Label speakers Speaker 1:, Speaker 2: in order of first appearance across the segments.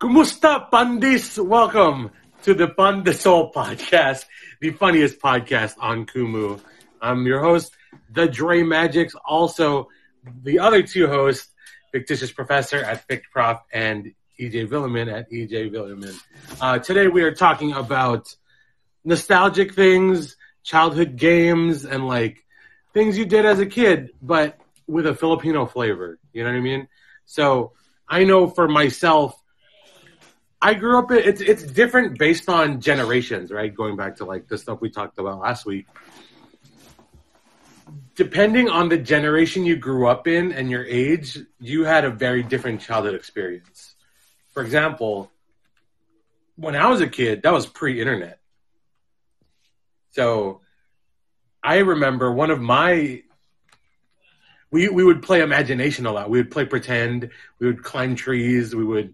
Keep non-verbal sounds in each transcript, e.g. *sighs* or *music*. Speaker 1: Kumusta Pandis? Welcome to the Pandesol podcast, the funniest podcast on Kumu. I'm your host, the Dre Magics, also the other two hosts, Fictitious Professor at FictProf and EJ Villeman at EJ Villeman. Uh, today we are talking about nostalgic things, childhood games, and like things you did as a kid, but with a Filipino flavor. You know what I mean? So I know for myself, I grew up. in- It's it's different based on generations, right? Going back to like the stuff we talked about last week. Depending on the generation you grew up in and your age, you had a very different childhood experience. For example, when I was a kid, that was pre-internet. So I remember one of my we we would play imagination a lot. We would play pretend. We would climb trees. We would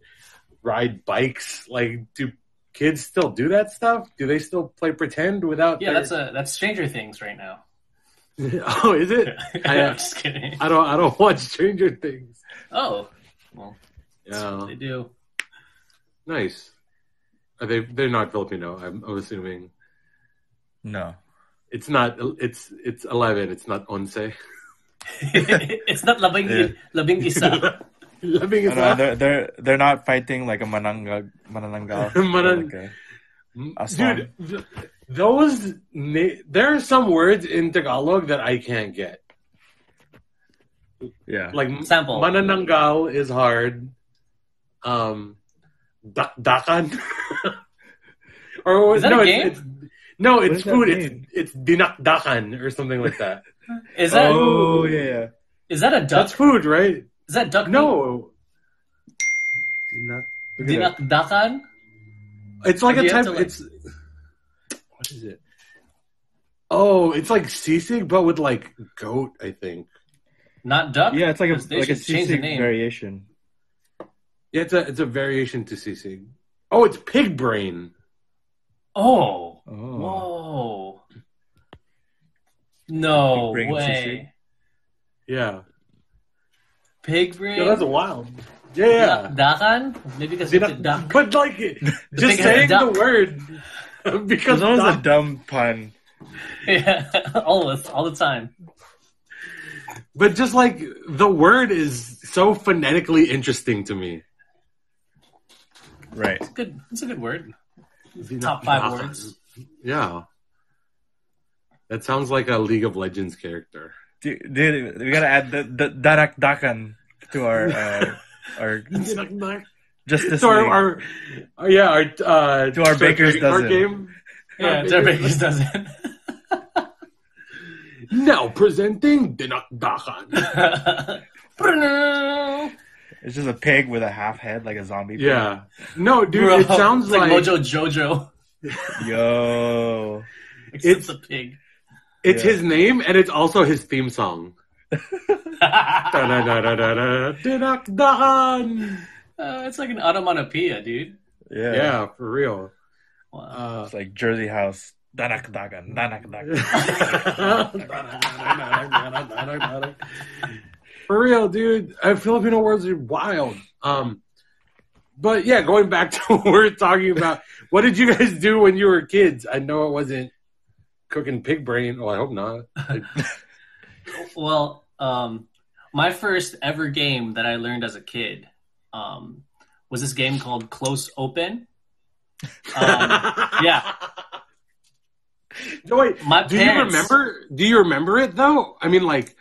Speaker 1: ride bikes. Like, do kids still do that stuff? Do they still play pretend without?
Speaker 2: Yeah,
Speaker 1: their-
Speaker 2: that's a that's Stranger Things right
Speaker 3: *laughs*
Speaker 2: now.
Speaker 1: *laughs*
Speaker 2: *laughs*
Speaker 1: oh, is it? I-
Speaker 2: I'm just kidding.
Speaker 1: I don't. I don't *laughs* watch Stranger Things.
Speaker 2: Oh, well, that's what
Speaker 1: Yeah,
Speaker 2: they do. *laughs*
Speaker 3: *laughs*
Speaker 1: nice. Are they? They're not Filipino. I'm, I'm assuming
Speaker 3: No.
Speaker 1: it's not. It's it's eleven. It's not once. *laughs*
Speaker 2: it's not labing
Speaker 3: Yeah.
Speaker 2: labing
Speaker 3: *laughs*
Speaker 2: isa.
Speaker 1: Loving is
Speaker 3: No, no,
Speaker 1: not.
Speaker 3: they're they're they're not fighting like a mananga
Speaker 1: *laughs*
Speaker 3: manananggal.
Speaker 1: Manang-
Speaker 3: Like a-
Speaker 1: Mm, Dude, th- those na- there are some words in Tagalog that I can't get.
Speaker 3: yeah.
Speaker 1: Like
Speaker 2: Sample.
Speaker 1: manananggal is hard. Um, da- dakan. *laughs* or
Speaker 2: Is that
Speaker 1: no,
Speaker 2: a
Speaker 1: it's,
Speaker 2: game?
Speaker 1: it's no,
Speaker 3: What
Speaker 1: it's
Speaker 3: does that
Speaker 1: food. It's
Speaker 3: mean?
Speaker 1: it's dinakdakan or something like that.
Speaker 2: Is that is
Speaker 3: oh yeah.
Speaker 2: that a *laughs* duck?
Speaker 1: That's food, right?
Speaker 2: Is that duck?
Speaker 1: No. Dinak-
Speaker 3: Look at that.
Speaker 2: Dinakdakan?
Speaker 1: It's like
Speaker 2: Or
Speaker 1: a
Speaker 2: do you have
Speaker 1: type.
Speaker 2: to, like-
Speaker 1: It's what is it? Oh, it's like sisig, but with like goat. I think.
Speaker 2: Not duck?
Speaker 3: Yeah, it's like a
Speaker 2: They
Speaker 3: like a
Speaker 2: should change the
Speaker 3: sisig
Speaker 2: name.
Speaker 3: variation.
Speaker 1: Yeah, it's a it's a variation to sisig. Oh, it's pig brain.
Speaker 2: Oh.
Speaker 3: Oh.
Speaker 2: Whoa. No
Speaker 3: Pig brain
Speaker 2: way.
Speaker 1: Yeah.
Speaker 2: Pig brain?
Speaker 1: Yeah, that's wild. Yeah.
Speaker 2: Dinakdakan? Maybe because it's a duck. *laughs*
Speaker 3: *laughs*
Speaker 1: But like, just
Speaker 2: pig has a
Speaker 1: saying the
Speaker 2: duck.
Speaker 1: word *laughs* because
Speaker 3: There's always a
Speaker 1: duck,
Speaker 3: dumb pun.
Speaker 2: Yeah, always, all the time.
Speaker 1: but just like the word is so phonetically interesting to me.
Speaker 3: Right.
Speaker 2: Good. It's a good word. Top five words.
Speaker 1: Yeah. That sounds like a League of Legends character.
Speaker 3: Dude, dude, we gotta add the, the darakdakan to
Speaker 1: *laughs*
Speaker 3: our uh, our justice
Speaker 1: So our,
Speaker 3: league.
Speaker 1: our, our- yeah, our uh,
Speaker 3: To our baker's
Speaker 1: card
Speaker 3: dozen.
Speaker 1: game.
Speaker 2: Yeah, Derby just doesn't.
Speaker 1: Now presenting
Speaker 3: *laughs*
Speaker 1: Dinakdakan.
Speaker 2: *laughs* Bro.
Speaker 3: It's just a pig with a half head, like a zombie. pig.
Speaker 1: Yeah, no, dude, it sounds
Speaker 2: It's
Speaker 1: like,
Speaker 2: Mojo Jojo. *laughs*
Speaker 3: Yo.
Speaker 2: Except
Speaker 1: It's-
Speaker 2: it's a
Speaker 1: *laughs*
Speaker 2: pig.
Speaker 1: it's
Speaker 3: yeah.
Speaker 1: his name and it's also his theme song.
Speaker 2: *laughs* uh,
Speaker 1: Da-da-da-da-da-da, Dinakdakan.
Speaker 2: Uh, it's like an onomatopoeia, dude.
Speaker 3: Yeah.
Speaker 1: Yeah, for real.
Speaker 2: Wow.
Speaker 1: Uh,
Speaker 3: It's like Jersey House. Darakdakan.
Speaker 1: *laughs*
Speaker 3: Darakdakan.
Speaker 1: For real, dude. Uh, Filipino words are wild. Um, but yeah, going back to what we're talking about, what did you guys do when you were kids? I know it wasn't cooking pig brain. Oh, I hope not.
Speaker 2: Well, um, my first ever game that I learned as a kid um, was this game called Close Open.
Speaker 1: *laughs*
Speaker 2: Um, yeah.
Speaker 1: No, wait.
Speaker 2: my
Speaker 1: Do you
Speaker 2: parents-
Speaker 1: remember? Do you remember it though? I mean, like,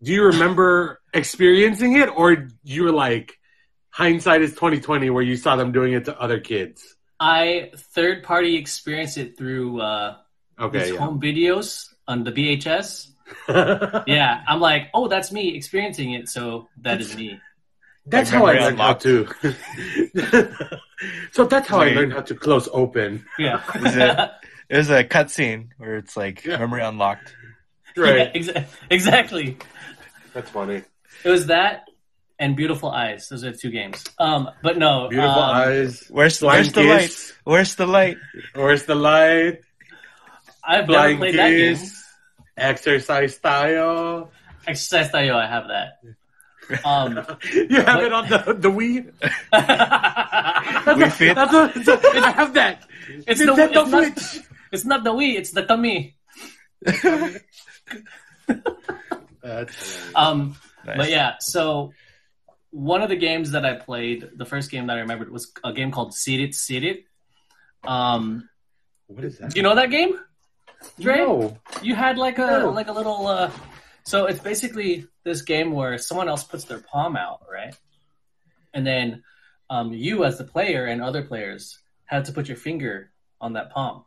Speaker 1: do you remember experiencing it, or you were like, hindsight is twenty twenty, where you saw them doing it to other kids?
Speaker 2: I third party experienced it through uh,
Speaker 1: Okay.
Speaker 2: these
Speaker 1: Yeah.
Speaker 2: home videos on the VHS. yeah, I'm like, oh, that's me experiencing it, so
Speaker 1: *laughs*
Speaker 2: that is me.
Speaker 1: *laughs* that's
Speaker 3: Like
Speaker 1: how I
Speaker 3: memory
Speaker 1: learned how
Speaker 3: unlocked.
Speaker 1: to. *laughs* so that's how I
Speaker 3: Wait.
Speaker 1: learned how to close open.
Speaker 2: *laughs* Yeah,
Speaker 3: Is it- There's a cutscene where it's like
Speaker 1: Yeah.
Speaker 3: memory unlocked.
Speaker 1: Right.
Speaker 2: Yeah, exa- exactly.
Speaker 1: That's funny.
Speaker 2: It was that and Beautiful Eyes. Those are the two games. Um, but no,
Speaker 1: Beautiful
Speaker 2: um,
Speaker 1: eyes.
Speaker 3: Where's the, where's
Speaker 1: Blind
Speaker 3: the light?
Speaker 1: kiss.
Speaker 3: Where's the light?
Speaker 1: Where's the light?
Speaker 2: I've never
Speaker 1: Blind
Speaker 2: played that game.
Speaker 1: kiss. Exercise style. *laughs*
Speaker 2: Exercise Tayo, I have that. Um, *laughs*
Speaker 1: you have
Speaker 2: What-
Speaker 1: it on the the Wii. That's
Speaker 3: Wii
Speaker 1: a-
Speaker 3: Fit?
Speaker 1: That's a, it's a, I have that.
Speaker 2: It's the-
Speaker 1: Nintendo
Speaker 2: it's not-
Speaker 1: Switch.
Speaker 2: it's not the we, it's the tummy. Um, But yeah, so one of the games that I played, the first game that I remembered was a game called Seed It, Seed It. Um,
Speaker 1: what is that?
Speaker 2: do you know that game? Dre?
Speaker 1: uh, No.
Speaker 2: You had like a
Speaker 1: No.
Speaker 2: like a little. Uh, so it's basically this game where someone else puts their palm out, right? And then um, you, as the player, and other players had to put your finger on that palm.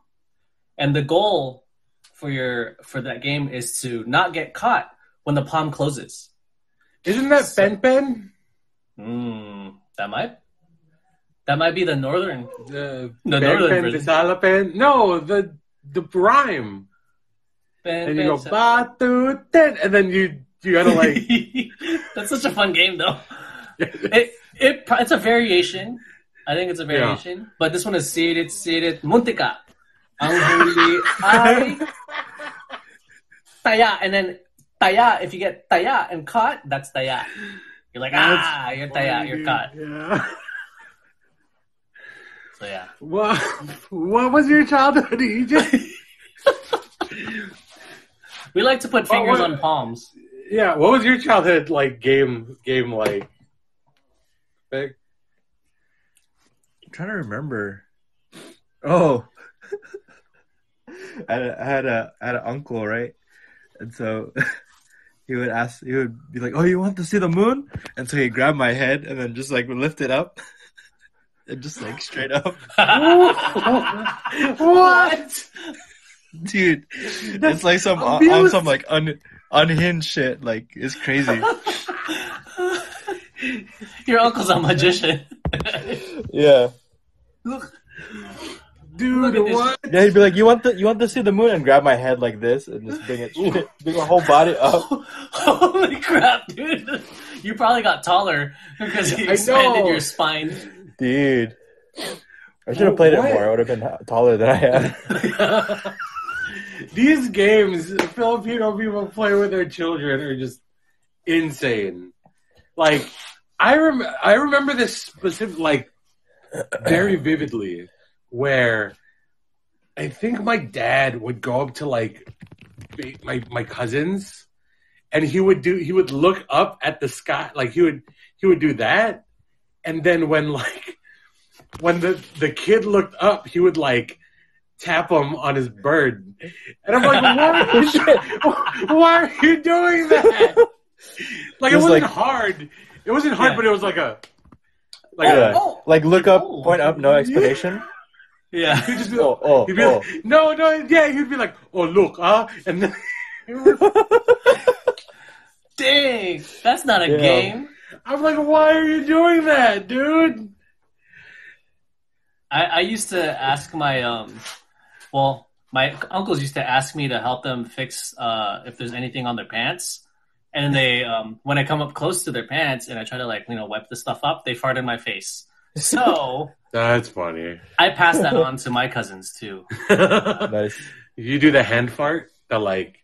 Speaker 2: And the goal for your for that game is to not get caught when the palm closes.
Speaker 1: Isn't that Ben Ben?
Speaker 2: Mm, that might that might be the northern.
Speaker 1: The
Speaker 2: The
Speaker 1: Ben
Speaker 2: Northern
Speaker 1: Ben,
Speaker 2: version.
Speaker 1: Visala Ben? No, the the rhyme. And you go ba tu ten, and then you you
Speaker 2: *laughs*
Speaker 1: gotta like.
Speaker 2: That's such a fun game, though. It, it it's a variation. I think it's a variation, but this one is seated, seated, muntika, unholy, ay, taya, and then taya. If you get taya and caught, that's taya. You're like
Speaker 1: That's
Speaker 2: ah, you're taya, you're caught.
Speaker 1: Yeah.
Speaker 2: So yeah,
Speaker 1: What, what was your childhood, E EJ?
Speaker 2: we like to put
Speaker 1: Well,
Speaker 2: fingers
Speaker 1: Oh, what-
Speaker 2: on palms.
Speaker 1: yeah, what was your childhood like game game like? Like,
Speaker 2: *laughs*
Speaker 3: I'm trying to remember. Oh, *laughs* I had a, I had a I had an uncle, right? And so *laughs* he would ask, he would be like, "Oh, you want to see the moon?" And so he grabbed my head and then just like lift it up, *laughs* and just like straight up,
Speaker 1: *laughs*
Speaker 3: *laughs*
Speaker 1: what?
Speaker 3: dude.
Speaker 1: That's
Speaker 3: it's like some on, on
Speaker 1: abuse.
Speaker 3: some like un, unhinged shit. Like it's crazy.
Speaker 2: *laughs* Your uncle's a magician.
Speaker 3: *laughs*
Speaker 1: *laughs*
Speaker 3: yeah.
Speaker 2: Look, Look at
Speaker 1: Dude,
Speaker 2: this.
Speaker 1: what?
Speaker 3: Yeah, he'd be like, "You want the you want to see the moon?" and grab my head like this and just *laughs* bring it, bring my whole body up.
Speaker 2: *laughs* holy crap, dude! You probably got taller because you
Speaker 1: I
Speaker 2: expanded
Speaker 1: know.
Speaker 2: your spine.
Speaker 1: *laughs*
Speaker 2: *laughs*
Speaker 3: Dude. I should
Speaker 1: Well,
Speaker 3: have played
Speaker 1: what?
Speaker 3: it more. I would have been taller than I am.
Speaker 1: *laughs* These games Filipino people play with their children are just insane. Like I rem- I remember this specific like *laughs* very vividly where I think my dad would go up to like ba- my my cousins and he would do he would look up at the sky like he would he would do that and then when *laughs* like when the the kid looked up he would like tap him on his bird and i'm like why, *laughs* why are you doing that like it
Speaker 3: Just,
Speaker 1: wasn't
Speaker 3: like-
Speaker 1: hard it wasn't hard
Speaker 2: Yeah.
Speaker 1: but it was like a like
Speaker 3: Yeah.
Speaker 1: a,
Speaker 2: Oh,
Speaker 3: *laughs* Like, look up,
Speaker 2: Oh.
Speaker 3: point up, no
Speaker 1: *laughs*
Speaker 3: explanation.
Speaker 2: yeah.
Speaker 1: he'd just be,
Speaker 3: Oh, oh,
Speaker 1: he'd be
Speaker 3: oh.
Speaker 1: like, no no yeah he'd be like oh look huh and then *laughs*
Speaker 2: Dang, that's not a
Speaker 3: Yeah.
Speaker 2: game.
Speaker 1: i'm like why are you doing that dude
Speaker 2: I, I used to ask my um, well, my uncles used to ask me to help them fix uh if there's anything on their pants. And they, um, when I come up close to their pants and I try to like you know wipe the stuff up, they fart in my face. So
Speaker 1: that's funny *laughs*
Speaker 2: I pass that on to my cousins too.
Speaker 3: Nice.
Speaker 1: You do the hand fart, the like.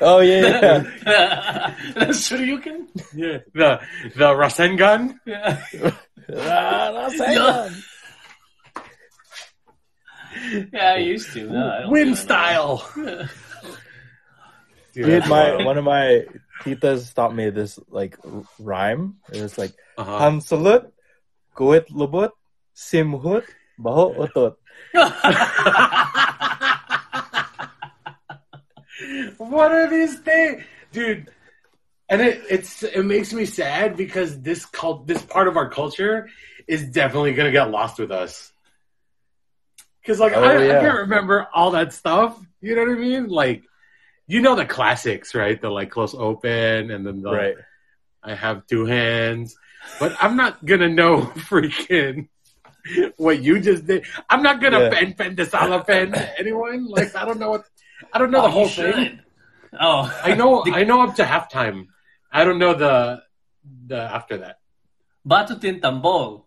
Speaker 3: Oh, yeah, *laughs*
Speaker 1: *laughs*
Speaker 3: yeah.
Speaker 2: *laughs* That's Shoryuken?
Speaker 1: Yeah. The the Rasengan.
Speaker 2: *laughs* Yeah.
Speaker 3: Ah, that's
Speaker 2: Yeah.
Speaker 3: it.
Speaker 2: yeah, I used to. No, I don't do
Speaker 1: Win
Speaker 2: it *laughs*
Speaker 1: style.
Speaker 2: anymore.
Speaker 1: *laughs*
Speaker 3: Dude, my, one of my titas taught me this, like, r- rhyme. It was like,
Speaker 1: uh
Speaker 3: Hansulut, Kuit Lubut, Simhut, Baho Utut.
Speaker 1: what are these things, dude? And it it's it makes me sad because this cult this part of our culture is definitely gonna get lost with us. Cause like
Speaker 3: Oh,
Speaker 1: I, I
Speaker 3: yeah.
Speaker 1: can't remember all that stuff. You know what I mean? Like, you know the classics, right? The like close open and then the
Speaker 3: Right.
Speaker 1: I have two hands, but I'm not gonna know *laughs* freaking what you just did. I'm not gonna
Speaker 3: Yeah.
Speaker 1: pen pen this ala pen anyone. Like I don't know what I don't know the
Speaker 2: Oh,
Speaker 1: whole
Speaker 2: you should.
Speaker 1: thing.
Speaker 2: Oh,
Speaker 1: I
Speaker 2: *laughs*
Speaker 1: know I know up to halftime. I don't know the the after that.
Speaker 2: Batutin tambol.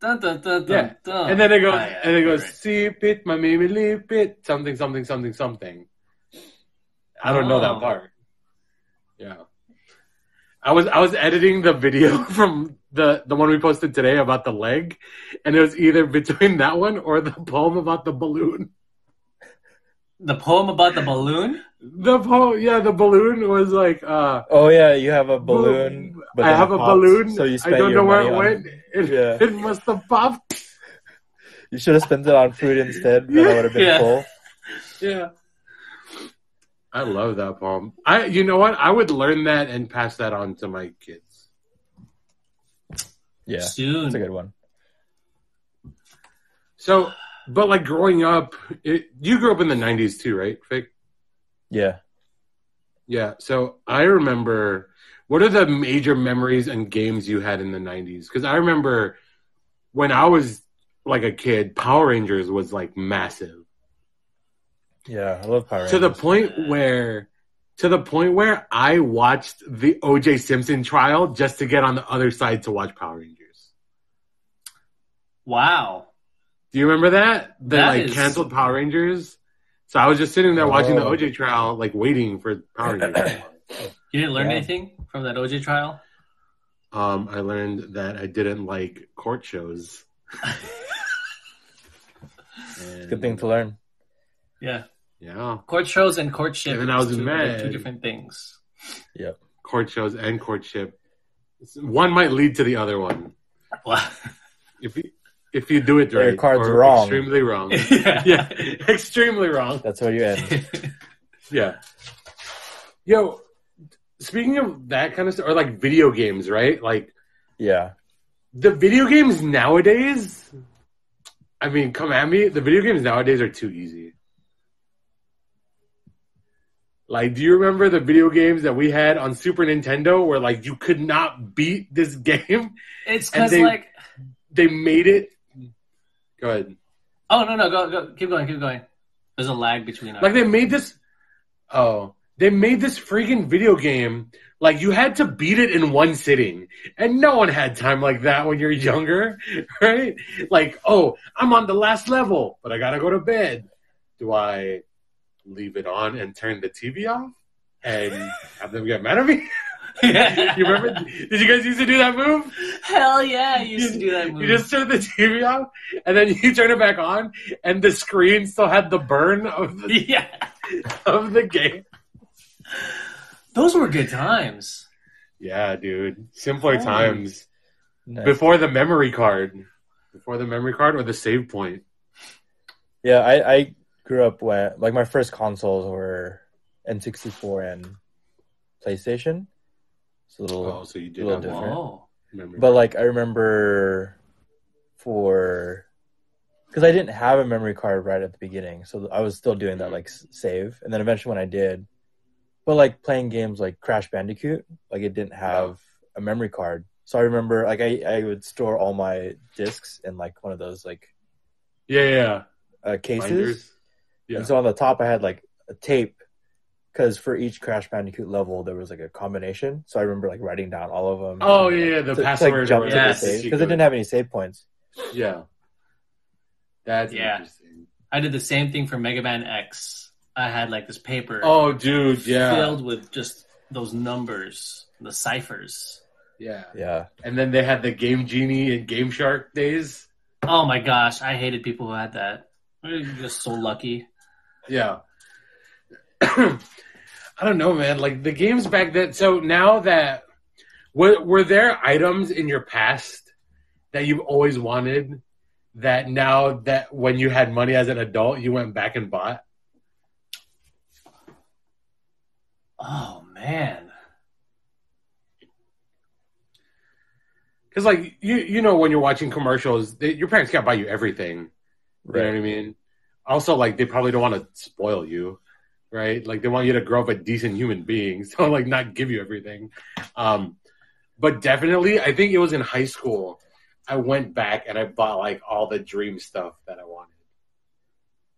Speaker 2: Dun, dun, dun, dun,
Speaker 1: Yeah.
Speaker 2: dun.
Speaker 1: And then it goes
Speaker 2: Ah, yeah,
Speaker 1: and it goes
Speaker 2: right.
Speaker 1: see pit my mimi leap it something something something something. I don't know
Speaker 2: Oh.
Speaker 1: that part. Yeah. I was I was editing the video *laughs* from the the one we posted today about the leg, and it was either between that one or the poem about the balloon.
Speaker 2: The poem about the balloon?
Speaker 1: The poem, yeah, the balloon was like, uh,
Speaker 3: Oh yeah, you have a balloon.
Speaker 1: I
Speaker 3: then
Speaker 1: have a
Speaker 3: it pops,
Speaker 1: balloon.
Speaker 3: So you
Speaker 1: I
Speaker 3: spent
Speaker 1: don't
Speaker 3: your
Speaker 1: know where it
Speaker 3: money on-
Speaker 1: went. *laughs* It,
Speaker 3: Yeah.
Speaker 1: it must have popped.
Speaker 3: You should have spent it on fruit instead. Then I would
Speaker 1: *laughs*
Speaker 3: have been
Speaker 2: Yeah.
Speaker 3: full.
Speaker 1: Yeah. I love that poem. I, you know what? I would learn that and pass that on to my kids.
Speaker 3: Yeah,
Speaker 2: Soon.
Speaker 3: that's a good one.
Speaker 1: So, but like growing up, it, you grew up in the '90s too, right, Vic?
Speaker 3: Yeah.
Speaker 1: Yeah. So I remember. What are the major memories and games you had in the '90s? Because I remember when I was like a kid, Power Rangers was like massive.
Speaker 3: Yeah, I love Power
Speaker 1: to
Speaker 3: Rangers.
Speaker 1: the point where to the point where I watched the OJ Simpson trial just to get on the other side to watch Power Rangers.
Speaker 2: Wow.
Speaker 1: Do you remember that? They
Speaker 2: That
Speaker 1: like
Speaker 2: is-
Speaker 1: canceled Power Rangers. So I was just sitting there watching the
Speaker 3: Oh.
Speaker 1: OJ trial, like waiting for Power
Speaker 2: *laughs*
Speaker 1: Rangers.
Speaker 2: You didn't learn
Speaker 3: Yeah.
Speaker 2: anything from that OJ trial?
Speaker 1: um, I learned that I didn't like court
Speaker 2: *laughs*
Speaker 1: shows.
Speaker 3: It's a good thing to learn.
Speaker 2: Yeah.
Speaker 1: Yeah,
Speaker 2: Court shows and courtship.
Speaker 1: And I was
Speaker 2: is two, they're two
Speaker 1: mad. *laughs*
Speaker 2: different things.
Speaker 1: court shows and courtship. One might lead to the other one
Speaker 2: Wow.
Speaker 1: if you if you do it
Speaker 3: Your
Speaker 1: right.
Speaker 3: card's
Speaker 1: or
Speaker 3: wrong.
Speaker 1: Extremely wrong.
Speaker 2: *laughs*
Speaker 1: *laughs*
Speaker 2: yeah.
Speaker 1: yeah, extremely wrong.
Speaker 3: That's where you end.
Speaker 1: Yeah. Yo, speaking of that kind of stuff, or like video games, right? Like
Speaker 3: *laughs* Yeah.
Speaker 1: the video games nowadays. I mean, come at me. The video games nowadays are too easy. Like, do you remember the video games that we had on Super Nintendo where like you could not beat this *laughs* game?
Speaker 2: It's
Speaker 1: And
Speaker 2: because,
Speaker 1: they-
Speaker 2: like,
Speaker 1: They made it. Go ahead.
Speaker 2: oh, no, no, go, go, keep going, keep going. There's a lag between us.
Speaker 1: Like *laughs* they made this. Oh, they made this freaking video game. Like you had to beat it in one sitting, and no one had time like that when you're younger, *laughs* right? Like, oh, I'm on the last level, but I gotta go to bed. Do I leave it on and turn the TV off and have them get mad at me? *laughs* you remember? Did you guys used to do that move?
Speaker 2: Hell yeah, I used to do that
Speaker 1: You
Speaker 2: movie.
Speaker 1: just turn the TV off, and then you turn it back on, and the screen still had the burn of the,
Speaker 2: yeah.
Speaker 1: of the game.
Speaker 2: Those were good times.
Speaker 1: Yeah, dude. Simpler
Speaker 3: Oh.
Speaker 1: times.
Speaker 3: Nice.
Speaker 1: Before the memory card. Before the memory card or the save point.
Speaker 3: Yeah, I, I grew up when like my first consoles were N64 and PlayStation. It's a little,
Speaker 1: Oh, so you did
Speaker 3: Little
Speaker 1: have
Speaker 3: different.
Speaker 1: that
Speaker 2: Whoa.
Speaker 1: memory.
Speaker 3: but like I remember for because I didn't have a memory card right at the beginning, so I was still doing that
Speaker 1: Mm-hmm.
Speaker 3: like s- save, and then eventually when I did, but like playing games like Crash Bandicoot, like it didn't have a memory card, so I remember like I I would store all my discs in like one of those like
Speaker 1: yeah, yeah, yeah.
Speaker 3: uh, cases.
Speaker 1: Binders. Yeah.
Speaker 3: And so on the top, I had like a tape because for each Crash Bandicoot level, there was like a combination. So I remember like writing down all of them.
Speaker 1: Oh yeah, yeah, the
Speaker 3: So it's, like,
Speaker 1: password.
Speaker 3: jump
Speaker 1: or
Speaker 3: to
Speaker 2: the
Speaker 1: the
Speaker 2: Yes.
Speaker 3: because it
Speaker 1: secret.
Speaker 3: didn't have any save points.
Speaker 1: Yeah. That's
Speaker 2: Yeah.
Speaker 1: interesting.
Speaker 2: I did the same thing for Mega Man X. I had like this paper
Speaker 1: Oh dude, yeah.
Speaker 2: filled with just those numbers, the ciphers.
Speaker 1: Yeah.
Speaker 3: Yeah,
Speaker 1: And then they had the Game Genie and Game Shark days.
Speaker 2: Oh my gosh, I hated people who had that. You're just so lucky.
Speaker 1: Yeah. *clears throat* I don't know, man. Like the games back then. So now that were were there items in your past that you've always wanted that now that when you had money as an adult you went back and bought?
Speaker 2: Oh man.
Speaker 1: Because like you you know when you're watching commercials, they, your parents can't buy you everything. You know what I mean? Also, like they probably don't want to spoil you, right? Like they want you to grow up a decent human being, *laughs* so like not give you everything. Um, but definitely, I think it was in high school. I went back and I bought like all the dream stuff that I wanted,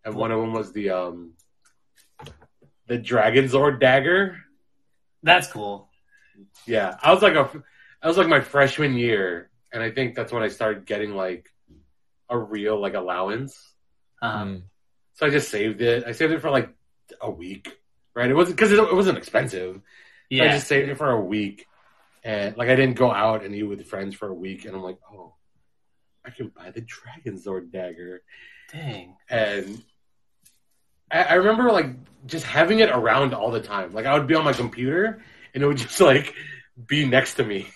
Speaker 1: and one of them was the um, the Dragon Zord dagger.
Speaker 2: That's cool.
Speaker 1: Yeah, I was like a, I was like my freshman year, and I think that's when I started getting like a real like allowance.
Speaker 2: Um,
Speaker 1: Hmm.
Speaker 3: Mm.
Speaker 1: So I just saved it. I saved it for like a week, right? It wasn't because it, it wasn't expensive. So I
Speaker 2: yeah.
Speaker 1: just saved it for a week, and like I didn't go out and eat with friends for a week, and I'm like, oh, I can buy the Dragon Zord dagger,
Speaker 2: Dang.
Speaker 1: and I, I remember like just having it around all the time. Like I would be on my computer, and it would just like be next to me,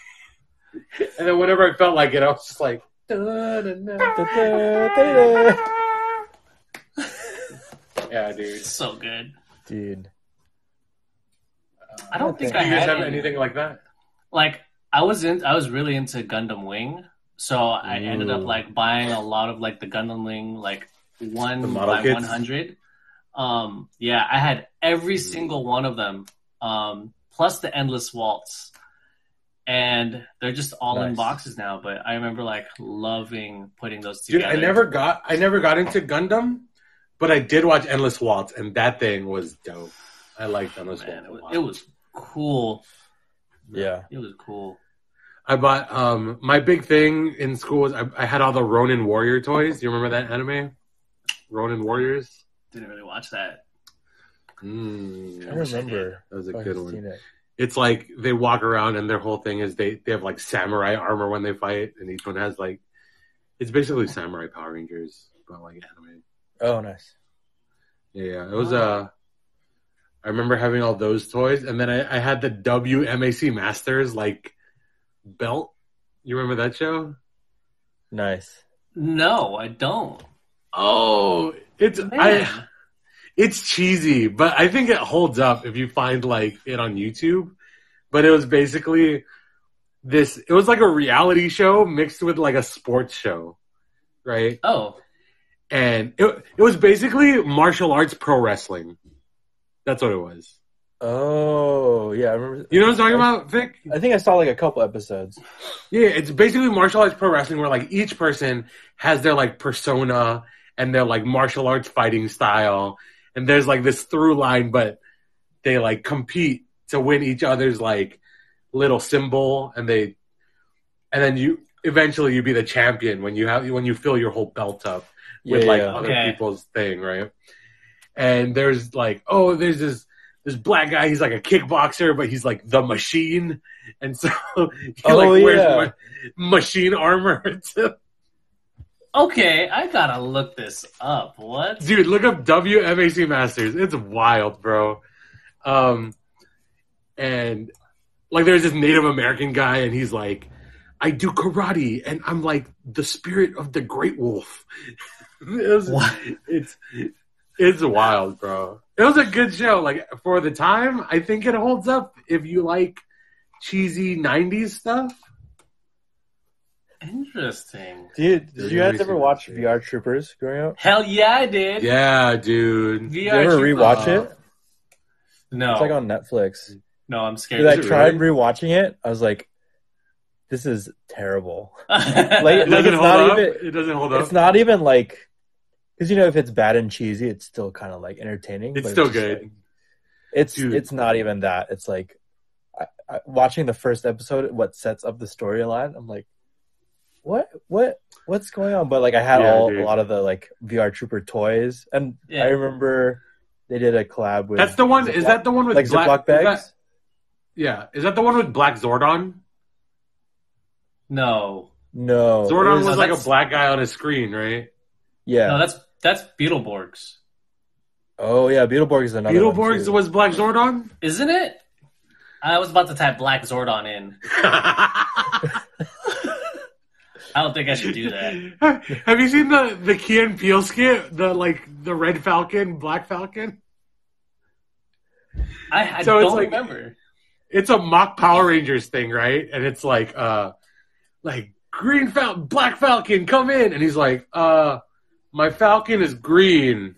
Speaker 1: *laughs* and then whenever I felt like it, I was just like. "Da-da-da-da-da."
Speaker 2: *laughs*
Speaker 1: Yeah, dude.
Speaker 2: So good.
Speaker 3: Mm. Dude.
Speaker 2: I don't think
Speaker 1: Do
Speaker 2: I
Speaker 1: you guys
Speaker 2: had
Speaker 1: have
Speaker 2: any.
Speaker 1: anything like that?
Speaker 2: Like I was in I was really into Gundam Wing, so I ended up
Speaker 3: Ooh.
Speaker 2: like buying a lot of like the Gundam Wing like
Speaker 1: The
Speaker 2: one
Speaker 1: model
Speaker 2: by
Speaker 1: kits?
Speaker 2: one hundred. Um yeah, I had every
Speaker 1: Ooh.
Speaker 2: single one of them. Um plus the endless waltz. And they're just all in
Speaker 3: Nice.
Speaker 2: boxes now, but I remember like loving putting those
Speaker 1: Dude,
Speaker 2: together.
Speaker 1: I never got I never got into Gundam, but I did watch Endless Waltz, and that thing was dope. I liked Endless
Speaker 2: Man,
Speaker 1: Waltz.
Speaker 2: it
Speaker 1: a
Speaker 2: was,
Speaker 1: lot.
Speaker 2: it was cool.
Speaker 3: Yeah.
Speaker 2: It was cool.
Speaker 1: I bought um my big thing in school was I, I had all the Ronin Warrior toys. Do you remember that anime? Ronin Warriors.
Speaker 2: Didn't really watch that.
Speaker 1: Mm,
Speaker 3: I
Speaker 1: that
Speaker 2: wish I
Speaker 3: remember.
Speaker 1: was a
Speaker 3: if Oh, I
Speaker 1: good
Speaker 3: had
Speaker 1: one.
Speaker 3: seen it.
Speaker 1: It's like they walk around and their whole thing is they they have like samurai armor when they fight, and each one has like it's basically samurai Power Rangers, but like anime.
Speaker 3: Oh, nice.
Speaker 1: Yeah, it was.
Speaker 2: Oh.
Speaker 1: Uh, I remember having all those toys, and then I, I had the WMAC Masters like belt. You remember that show?
Speaker 3: Nice.
Speaker 2: No, I don't.
Speaker 1: Oh, it's
Speaker 2: Man.
Speaker 1: I, it's cheesy, but I think it holds up if you find like it on YouTube. But it was basically this. It was like a reality show mixed with like a sports show, right?
Speaker 2: oh,
Speaker 1: And it it was basically martial arts pro wrestling. That's what it was.
Speaker 3: Oh, yeah. I remember.
Speaker 1: You know what I'm talking about, Vic?
Speaker 3: I think I saw like a couple episodes.
Speaker 1: Yeah, it's basically martial arts pro wrestling where like each person has their like persona and their like martial arts fighting style, and there's like this through line, but they like compete to win each other's like little symbol, and they, and then you eventually you be the champion when you have when you fill your whole belt up with
Speaker 3: yeah,
Speaker 1: like
Speaker 3: yeah.
Speaker 1: other
Speaker 2: Okay.
Speaker 1: people's thing, right? And there's like, oh, there's this this black guy. He's like a kickboxer, but he's like the machine, and so *laughs* he
Speaker 3: Oh,
Speaker 1: like wears
Speaker 3: yeah.
Speaker 1: ma- machine armor. *laughs* to-
Speaker 2: okay. I gotta look this up. What?
Speaker 1: Dude, look up WMAC Masters. It's wild, bro. Um, and like, there's this Native American guy, and he's like, I do karate, and I'm like the spirit of the great wolf. *laughs* It was-
Speaker 2: What?
Speaker 1: it's it's wild, bro. It was a good show. Like for the time, I think it holds up if you like cheesy '90s stuff.
Speaker 2: Interesting.
Speaker 3: Dude,
Speaker 1: Yeah,
Speaker 3: did you
Speaker 1: you
Speaker 3: guys
Speaker 1: already
Speaker 3: ever
Speaker 1: seen
Speaker 3: watch
Speaker 1: that, yeah.
Speaker 3: VR Troopers growing up?
Speaker 2: Hell yeah, I did.
Speaker 1: Yeah, dude.
Speaker 3: Did you ever rewatch
Speaker 1: uh,
Speaker 3: it?
Speaker 2: No,
Speaker 3: It's like on Netflix.
Speaker 2: no, I'm scared.
Speaker 3: Dude, I
Speaker 1: it
Speaker 3: tried rewatching it. I was like, this is terrible.
Speaker 1: It
Speaker 2: *laughs*
Speaker 3: Like,
Speaker 1: doesn't
Speaker 3: it's
Speaker 1: hold
Speaker 3: not
Speaker 1: up.
Speaker 3: even-
Speaker 1: it doesn't hold up.
Speaker 3: It's not even like, because you know, if it's bad and cheesy, it's still kind of like entertaining.
Speaker 1: it's
Speaker 3: but
Speaker 1: still
Speaker 3: just,
Speaker 1: good.
Speaker 3: like- it's
Speaker 1: Dude.
Speaker 3: it's not even that. It's like I, I, watching the first episode. What sets up the storyline? I'm like, what what what's going on? But like, I had
Speaker 1: Yeah,
Speaker 3: all
Speaker 1: dude.
Speaker 3: a lot of the like VR Trooper toys, and
Speaker 2: Yeah.
Speaker 3: I remember they did a collab with.
Speaker 1: That's the one. Is
Speaker 3: Ziploc-
Speaker 1: that the one with
Speaker 3: like Ziploc
Speaker 1: black is that-
Speaker 3: bags?
Speaker 1: yeah, is that the one with Black Zordon?
Speaker 2: no,
Speaker 3: No, it
Speaker 1: Zordon was,
Speaker 2: No,
Speaker 1: like a
Speaker 2: that's-
Speaker 1: black guy on a screen, right?
Speaker 3: yeah.
Speaker 2: no, that's that's Beetleborgs,
Speaker 3: oh yeah, Beetleborgs is another. one,
Speaker 1: Beetleborgs
Speaker 3: too.
Speaker 1: was Black Zordon.
Speaker 2: isn't it? I was about to type Black Zordon in. I don't think I should do that.
Speaker 1: *laughs* Have you seen the the Key and Peele skit? The like the Red Falcon, Black Falcon.
Speaker 2: I, I
Speaker 1: So it's
Speaker 2: don't
Speaker 1: like-
Speaker 2: remember.
Speaker 1: It's a mock Power Rangers thing, right? And it's like uh, like Green Falcon, Black Falcon, come in, and he's like, uh, my Falcon is green.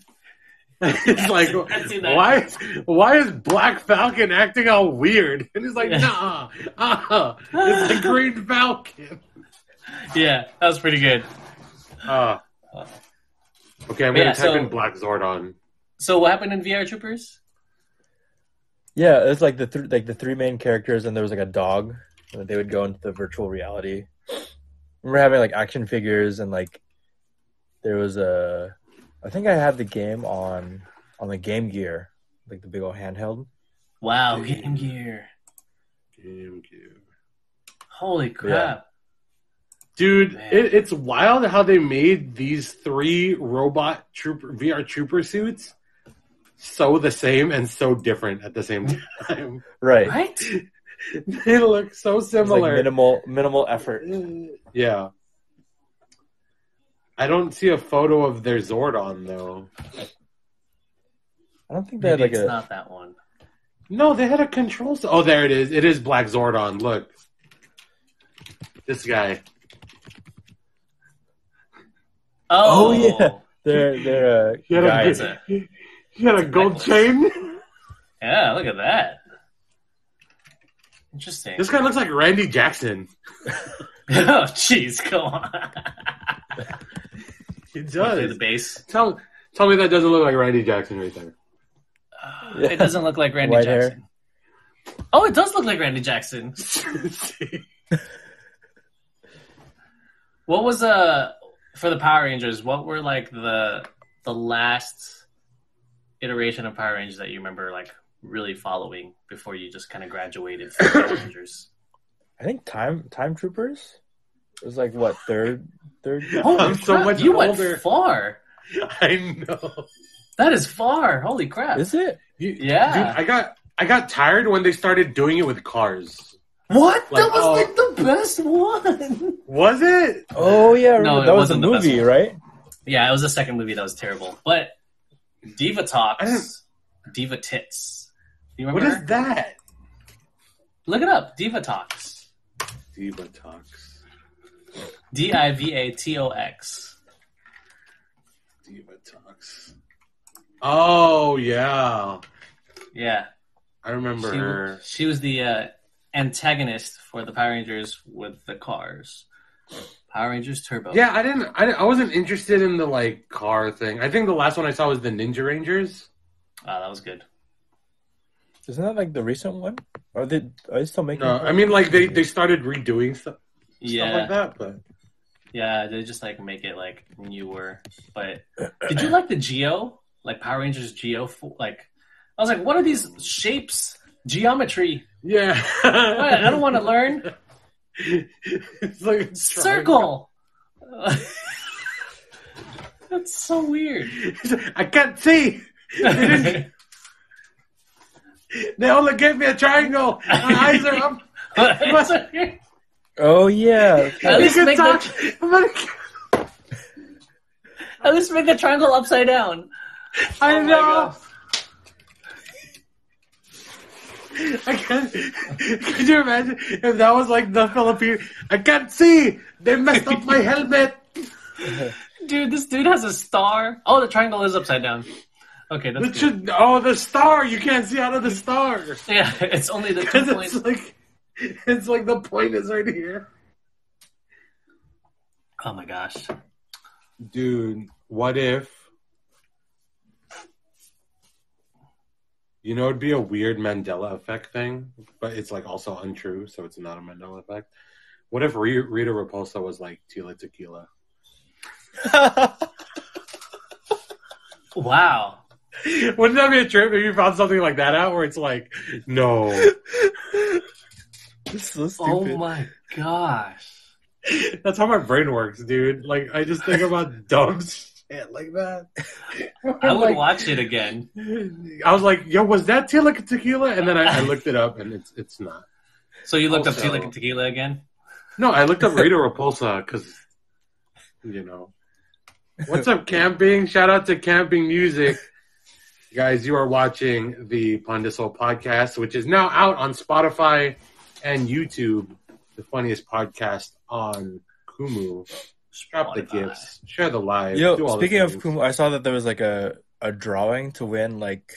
Speaker 1: *laughs* it's like,
Speaker 2: I've seen that.
Speaker 1: why is why is Black Falcon acting all weird? *laughs* And he's like,
Speaker 2: Yeah.
Speaker 1: nah, uh, it's the Green
Speaker 2: *laughs*
Speaker 1: Falcon.
Speaker 2: Yeah, that was pretty good.
Speaker 1: Uh, okay, I'm
Speaker 2: But
Speaker 1: gonna
Speaker 2: yeah,
Speaker 1: type
Speaker 2: so-
Speaker 1: in Black Zordon.
Speaker 2: So what happened in VR Troopers?
Speaker 3: Yeah, it was like the three like the three main characters, and there was like a dog. And they would go into the virtual reality. Remember having like action figures and like there was a. I think I had the game on on the Game Gear, like the big old handheld.
Speaker 2: Wow,
Speaker 1: Yeah.
Speaker 2: Game Gear.
Speaker 1: GameCube.
Speaker 2: Holy crap!
Speaker 1: Dude,
Speaker 2: Man.
Speaker 1: it, it's wild how they made these three robot trooper VR trooper suits so the same and so different at the same *laughs* time.
Speaker 3: Right.
Speaker 2: Right?
Speaker 1: they look so
Speaker 3: It's like
Speaker 1: similar.
Speaker 3: minimal minimal effort.
Speaker 1: yeah. I don't see a photo of their Zordon though.
Speaker 3: I don't think they had
Speaker 2: Maybe
Speaker 3: like
Speaker 2: it's
Speaker 3: a
Speaker 2: not that one.
Speaker 1: No, they had a control. s- Oh, there it is. It is Black Zordon. Look, this guy.
Speaker 2: Oh,
Speaker 3: Oh, yeah. they're they're uh,
Speaker 1: He had,
Speaker 3: guy.
Speaker 1: *laughs*
Speaker 2: It's
Speaker 1: a,
Speaker 2: a-
Speaker 1: he had a
Speaker 2: it's a
Speaker 1: gold
Speaker 2: necklace.
Speaker 1: chain.
Speaker 2: yeah. Look at that. Interesting. *laughs*
Speaker 1: This guy looks like Randy Jackson.
Speaker 2: oh, jeez,
Speaker 1: *laughs*
Speaker 2: go on.
Speaker 1: He
Speaker 2: Play the
Speaker 1: does.
Speaker 2: bass.
Speaker 1: Tell tell me that doesn't look like Randy Jackson right *laughs* there.
Speaker 2: Uh,
Speaker 3: Yeah.
Speaker 2: It doesn't look like Randy
Speaker 3: White hair.
Speaker 2: Jackson. Oh, it does look like Randy Jackson. What was uh for the Power Rangers? What were like the the last iteration of Power Rangers that you remember like really following before you just kind of graduated from
Speaker 1: *laughs*
Speaker 2: Power Rangers?
Speaker 3: I think time time troopers. It was like what third third.
Speaker 1: I'm so much
Speaker 2: you
Speaker 1: older.
Speaker 2: went far.
Speaker 1: I know.
Speaker 2: That is far. Holy crap!
Speaker 3: Is it?
Speaker 1: You-
Speaker 2: Yeah.
Speaker 1: dude, I got I got tired when they started doing it with cars.
Speaker 2: what?
Speaker 1: Like,
Speaker 2: that was
Speaker 1: oh.
Speaker 2: like the best one.
Speaker 1: Was it?
Speaker 3: Oh yeah, I
Speaker 2: No,
Speaker 3: remember.
Speaker 2: it
Speaker 3: that was a
Speaker 2: wasn't the best
Speaker 3: movie,
Speaker 2: one.
Speaker 3: right?
Speaker 2: yeah, it was the second movie that was terrible. But Diva
Speaker 1: I didn't-
Speaker 2: Talks, Diva Tits. You
Speaker 1: What
Speaker 2: remember?
Speaker 1: is that?
Speaker 2: Look it up. Diva Talks.
Speaker 1: Diva talks.
Speaker 2: D i v a t o x.
Speaker 1: Diva talks. Oh yeah,
Speaker 2: Yeah.
Speaker 1: I remember
Speaker 2: She,
Speaker 1: her.
Speaker 2: she was the uh, antagonist for the Power Rangers with the cars. Power Rangers Turbo.
Speaker 1: Yeah, I didn't. I, I wasn't interested in the like car thing. I think the last one I saw was the Ninja Rangers.
Speaker 2: Oh, that was good.
Speaker 3: Isn't that like the recent one? Are they are they still making?
Speaker 1: No, I mean like they they started redoing stuff stuff
Speaker 2: Yeah.
Speaker 1: like that, but
Speaker 2: Yeah, they just like make it like newer. But did you like the Geo? Like Power Rangers Geo? fo- Like, I was like, what are these shapes? Geometry.
Speaker 1: yeah,
Speaker 2: What? I don't want to learn.
Speaker 1: *laughs* it's like a
Speaker 2: Circle. *laughs* That's so weird.
Speaker 1: triangle. I can't see. They only gave me a triangle. My eyes are up.
Speaker 3: Oh yeah.
Speaker 2: *laughs*
Speaker 1: *laughs*
Speaker 2: At
Speaker 3: *laughs*
Speaker 1: You
Speaker 2: least
Speaker 1: can
Speaker 2: make
Speaker 1: talk.
Speaker 2: the,
Speaker 1: *laughs* I
Speaker 2: at least make the triangle upside down. Oh my
Speaker 1: know.
Speaker 2: gosh.
Speaker 1: I can't. Could you imagine if that was like the Philippine? I can't see. They messed up my helmet.
Speaker 2: Dude, this dude has a star. Oh, the triangle is upside down. Okay, *laughs* that's
Speaker 1: It
Speaker 2: good.
Speaker 1: should, oh, the star! You can't see out of the star
Speaker 2: *laughs*
Speaker 1: *laughs*
Speaker 2: Yeah, it's only the two
Speaker 1: because *laughs* it's
Speaker 2: points.
Speaker 1: like it's like the point is right here.
Speaker 2: Oh my gosh.
Speaker 1: Dude, what if? You know, it'd be a weird Mandela effect thing, but it's like also untrue, so it's not a Mandela effect. What if Re- Rita Repulsa was like Tila Tequila? *laughs*
Speaker 2: Wow.
Speaker 1: Wouldn't that be a trip if you found something like that out where it's like,
Speaker 2: *laughs*
Speaker 1: no,
Speaker 3: This is so
Speaker 2: Oh
Speaker 3: stupid.
Speaker 2: my gosh.
Speaker 1: that's how my brain works, dude. Like, I just think
Speaker 2: *laughs*
Speaker 1: about dumb shit like that.
Speaker 2: I
Speaker 1: *laughs*
Speaker 2: would
Speaker 1: Like,
Speaker 2: watch it again.
Speaker 1: I was like, yo, was that Tila Tequila? And then I, I looked it up, and it's it's not.
Speaker 2: So you looked
Speaker 1: Also-
Speaker 2: up Tila Tequila again?
Speaker 1: No, I looked
Speaker 3: *laughs*
Speaker 1: up Rita Repulsa because, you know. What's up, camping? Shout out to camping music. Guys, you are watching the Pondisol podcast, which is now out on Spotify and YouTube, the funniest podcast on Kumu. Drop the
Speaker 2: Spotify.
Speaker 1: gifts, share the live. do
Speaker 3: Yo,
Speaker 1: all the
Speaker 3: speaking of
Speaker 1: things.
Speaker 3: Kumu, I saw that there was like a a drawing to win like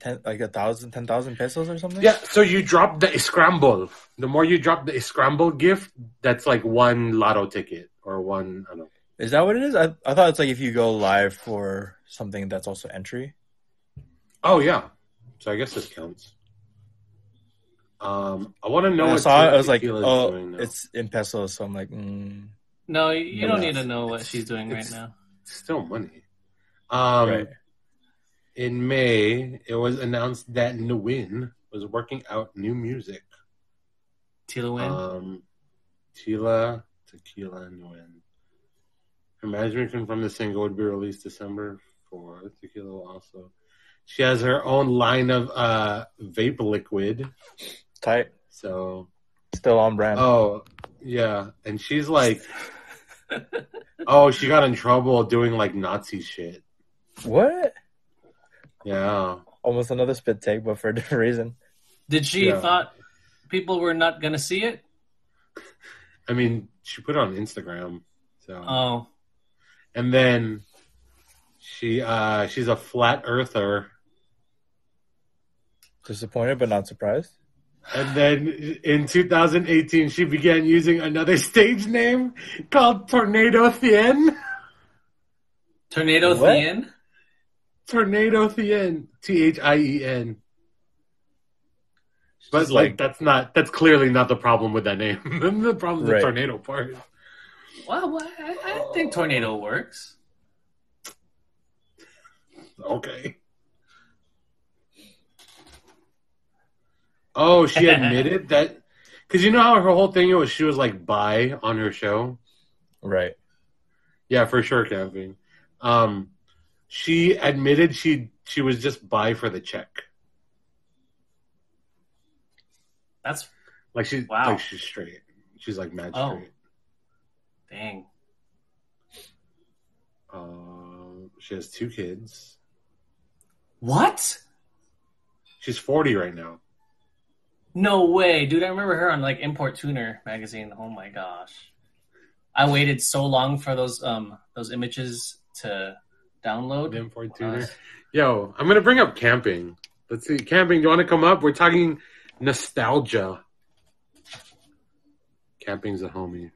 Speaker 3: ten like a thousand ten thousand pesos or something.
Speaker 1: Yeah, so you drop the scramble. The more you drop the scramble gift, that's like one lotto ticket or one. I don't know.
Speaker 3: Is that what it is? I, I thought it's like if you go live for something that's also entry.
Speaker 1: Oh yeah, so I guess this counts. Um, I want to know.
Speaker 3: And I
Speaker 1: what
Speaker 3: saw it. I
Speaker 1: Tila
Speaker 3: was like,
Speaker 1: Tequila's
Speaker 3: oh,
Speaker 1: doing now.
Speaker 3: it's in pesos. So I'm like, mm.
Speaker 2: No, you don't
Speaker 1: Yeah.
Speaker 2: need to know what she's doing right
Speaker 1: It's-
Speaker 2: now.
Speaker 1: It's still money. Um,
Speaker 3: right.
Speaker 1: in May, it was announced that Nguyen was working out new music.
Speaker 2: Tilawin.
Speaker 1: Um, Tila Tequila Nguyen. Her management confirmed the single would be released December 4th. Tequila will also. She has her own line of uh, vape liquid.
Speaker 4: Tight.
Speaker 1: So,
Speaker 4: Still on brand.
Speaker 1: oh, yeah. And she's like, oh, she got in trouble doing like Nazi shit.
Speaker 4: What?
Speaker 1: Yeah.
Speaker 4: Almost another spit take, but for a different reason.
Speaker 2: Did she
Speaker 1: yeah.
Speaker 2: thought people were not gonna see it?
Speaker 1: I mean, she put it on Instagram. So,
Speaker 2: Oh,
Speaker 1: and then she uh, she's a flat earther.
Speaker 4: Disappointed, but not surprised.
Speaker 1: And then in 2018, she began using another *laughs* stage name called Tornado Thien.
Speaker 2: Tornado
Speaker 4: What?
Speaker 2: Thien.
Speaker 1: Tornado Thien. T H I E N. But
Speaker 4: Just
Speaker 1: like, that's not that's clearly not the problem with that name. *laughs* the problem is
Speaker 4: Right.
Speaker 1: the tornado part.
Speaker 2: Well, well, I, I think tornado works.
Speaker 1: Okay. Oh, she admitted that because you know how her whole thing was she was like bi on her show.
Speaker 4: right.
Speaker 1: Yeah, for sure, Kevin. Um, she admitted she she was just by for the check.
Speaker 2: That's
Speaker 1: Like she,
Speaker 2: Wow.
Speaker 1: like she's straight. She's like mad
Speaker 2: Oh.
Speaker 1: straight.
Speaker 2: dang.
Speaker 1: Um, she has two kids.
Speaker 2: What?
Speaker 1: She's forty right now.
Speaker 2: No way, dude! I remember her on like Import Tuner magazine. Oh my gosh, I waited so long for those um those images to download.
Speaker 1: Them Fortuner. Yo, I'm gonna bring up camping. Let's see, camping. Do you want to come up? We're talking nostalgia. Camping's a homie.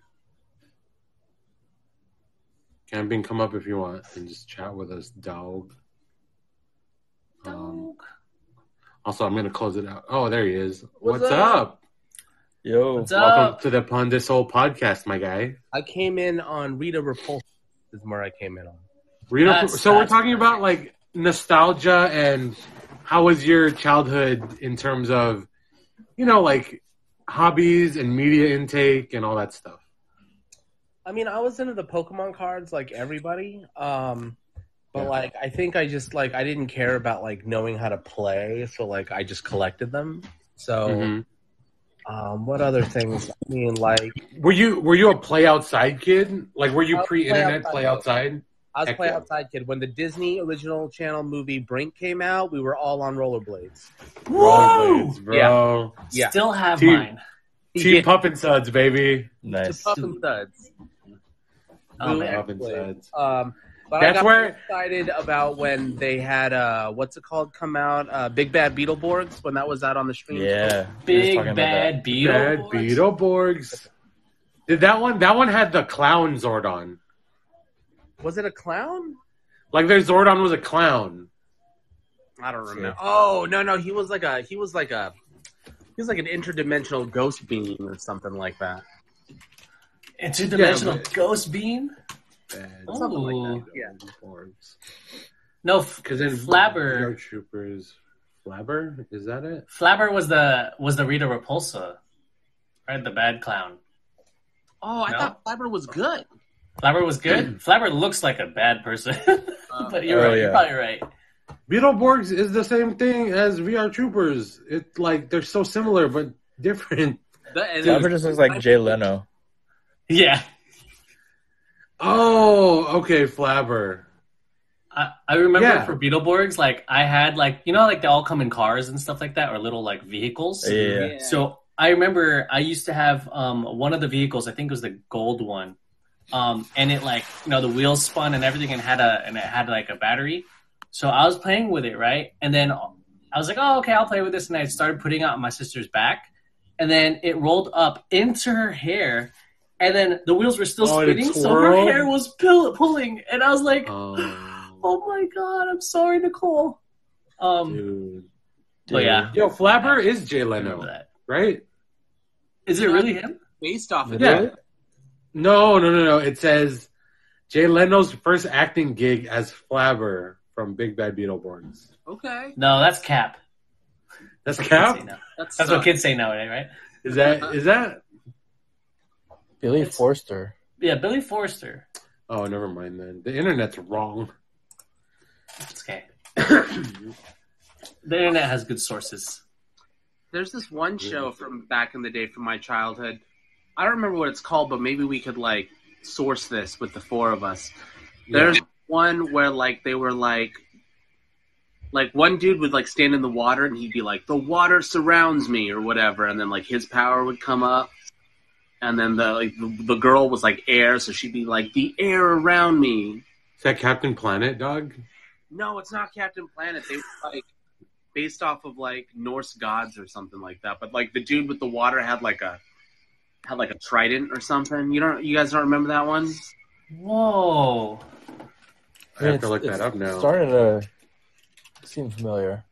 Speaker 1: Camping, come up if you want and just chat with us, dog. Um,
Speaker 2: Dog.
Speaker 1: also, I'm gonna close it out. Oh, there he is.
Speaker 5: What's
Speaker 1: What's,
Speaker 5: up?
Speaker 1: up?
Speaker 4: Yo.
Speaker 3: Oh,
Speaker 2: What's
Speaker 1: Welcome
Speaker 2: up?
Speaker 1: to the Pon This Old podcast, my guy.
Speaker 5: I came in on Rita Repulsa. Is where I came in on.
Speaker 1: Rita,
Speaker 2: That's-
Speaker 1: so we're
Speaker 2: that's
Speaker 1: talking about
Speaker 2: perfect.
Speaker 1: like nostalgia and how was your childhood in terms of, you know, like hobbies and media intake and all that stuff.
Speaker 5: I mean, I was into the Pokemon cards like everybody. Um, but
Speaker 1: Yeah.
Speaker 5: like, I think I just like I didn't care about like knowing how to play, so like I just collected them. So,
Speaker 1: Mhm.
Speaker 5: um, what other things? I mean, like
Speaker 1: Were you were you a play outside kid? Like, were
Speaker 5: I
Speaker 1: you
Speaker 5: was
Speaker 1: pre internet
Speaker 5: play
Speaker 1: play outside?
Speaker 5: I was
Speaker 1: Heck
Speaker 5: play
Speaker 1: yeah.
Speaker 5: outside kid when the Disney original channel movie Brink came out. We were all on rollerblades.
Speaker 2: Whoa!
Speaker 1: Rollerblades, bro.
Speaker 5: Yeah.
Speaker 2: Still have
Speaker 1: Dude.
Speaker 2: mine.
Speaker 1: Team Pup and Suds, baby.
Speaker 4: Nice.
Speaker 5: Puff and Thuds.
Speaker 2: Oh
Speaker 5: Ooh.
Speaker 2: man,
Speaker 1: Pup and
Speaker 5: Rollerblades.
Speaker 1: Suds.
Speaker 5: Um, but I
Speaker 1: That's
Speaker 5: got
Speaker 1: where-
Speaker 5: excited about when they had uh, what's it called come out? Uh, Big Bad Beetleborgs when that was out on the stream.
Speaker 4: Yeah. we were just
Speaker 2: big
Speaker 4: talking about
Speaker 2: bad beetle.
Speaker 1: Bad
Speaker 2: Boys?
Speaker 1: Beetleborgs. Did that one? That one had the clown Zordon.
Speaker 5: Was it a clown?
Speaker 1: Like their Zordon was a clown.
Speaker 5: I don't
Speaker 4: Sure.
Speaker 5: remember. Oh no no he was like a he was like a he was like an interdimensional ghost being or something like that.
Speaker 2: Interdimensional
Speaker 1: Yeah, but-
Speaker 2: ghost beam.
Speaker 1: Bad
Speaker 2: Oh.
Speaker 5: Something like
Speaker 2: Ooh.
Speaker 5: that. Yeah.
Speaker 1: Beetleborgs.
Speaker 2: No, F-
Speaker 1: Because then
Speaker 2: Flabber.
Speaker 1: Hero Troopers. Flabber? Is that it?
Speaker 2: Flabber was the was the Rita Repulsa, right? The bad clown.
Speaker 5: Oh, I
Speaker 2: No.
Speaker 5: thought Flabber was good.
Speaker 2: Flabber was good. Flabber looks like a bad person, *laughs*
Speaker 5: Uh,
Speaker 2: but you're
Speaker 4: Oh,
Speaker 2: right. You're
Speaker 4: yeah.
Speaker 2: probably right.
Speaker 1: Beetleborgs is the same thing as VR Troopers. It like they're so similar but different.
Speaker 5: But- and
Speaker 4: Flabber just looks like Jay Leno.
Speaker 2: Yeah,
Speaker 1: Oh, okay, Flabber.
Speaker 2: I, I remember
Speaker 1: Yeah.
Speaker 2: for Beetleborgs, like I had like you know like they all come in cars and stuff like that or little like vehicles.
Speaker 4: Yeah.
Speaker 2: So I remember I used to have um, one of the vehicles. I think it was the gold one, um, and it like you know the wheels spun and everything, and had a and it had like a battery. So I was playing with it, right? And then I was like, oh okay, I'll play with this, and I started putting it on my sister's back, and then it rolled up into her hair. And then the wheels were still
Speaker 1: Oh, and it
Speaker 2: spinning, so her
Speaker 1: twirled?
Speaker 2: hair was pill- pulling, and I was like,
Speaker 1: Oh,
Speaker 2: Oh my god, I'm sorry, Nicole. Um,
Speaker 1: dude.
Speaker 2: but yeah,
Speaker 1: Yo, Flabber is Jay
Speaker 2: I remember
Speaker 1: Leno,
Speaker 2: that.
Speaker 1: right?
Speaker 2: Is it really him?
Speaker 5: based off of
Speaker 4: Dude.
Speaker 1: Yeah.
Speaker 5: that.
Speaker 1: No, no, no, no. It says Jay Leno's first acting gig as Flabber from Big Bad Beetleborgs.
Speaker 5: Okay.
Speaker 2: No, that's Cap.
Speaker 1: That's
Speaker 2: Kids say
Speaker 1: Cap?
Speaker 2: no.
Speaker 5: That's,
Speaker 2: That's what kids say nowadays, right?
Speaker 1: Is that is that?
Speaker 4: Billy
Speaker 2: It's-
Speaker 4: Forster.
Speaker 2: Yeah, Billy Forster.
Speaker 1: Oh, never mind then. The internet's wrong.
Speaker 2: It's okay. The internet has good sources.
Speaker 5: There's this one show from back in the day from my childhood. I don't remember what it's called, but maybe we could like source this with the four of us. There's one where like they were like like one dude would like stand in the water and he'd be like, The water surrounds me or whatever and then like his power would come up and then the like the, the girl was like air, so she'd be like, The air around me.
Speaker 1: Is that Captain Planet, dog?
Speaker 5: No, it's not Captain Planet. They were like based off of like Norse gods or something like that. But like the dude with the water had like a had like a trident or something. You don't you guys don't remember that one?
Speaker 2: Whoa.
Speaker 1: I have to look that up now.
Speaker 4: Starting to seem familiar.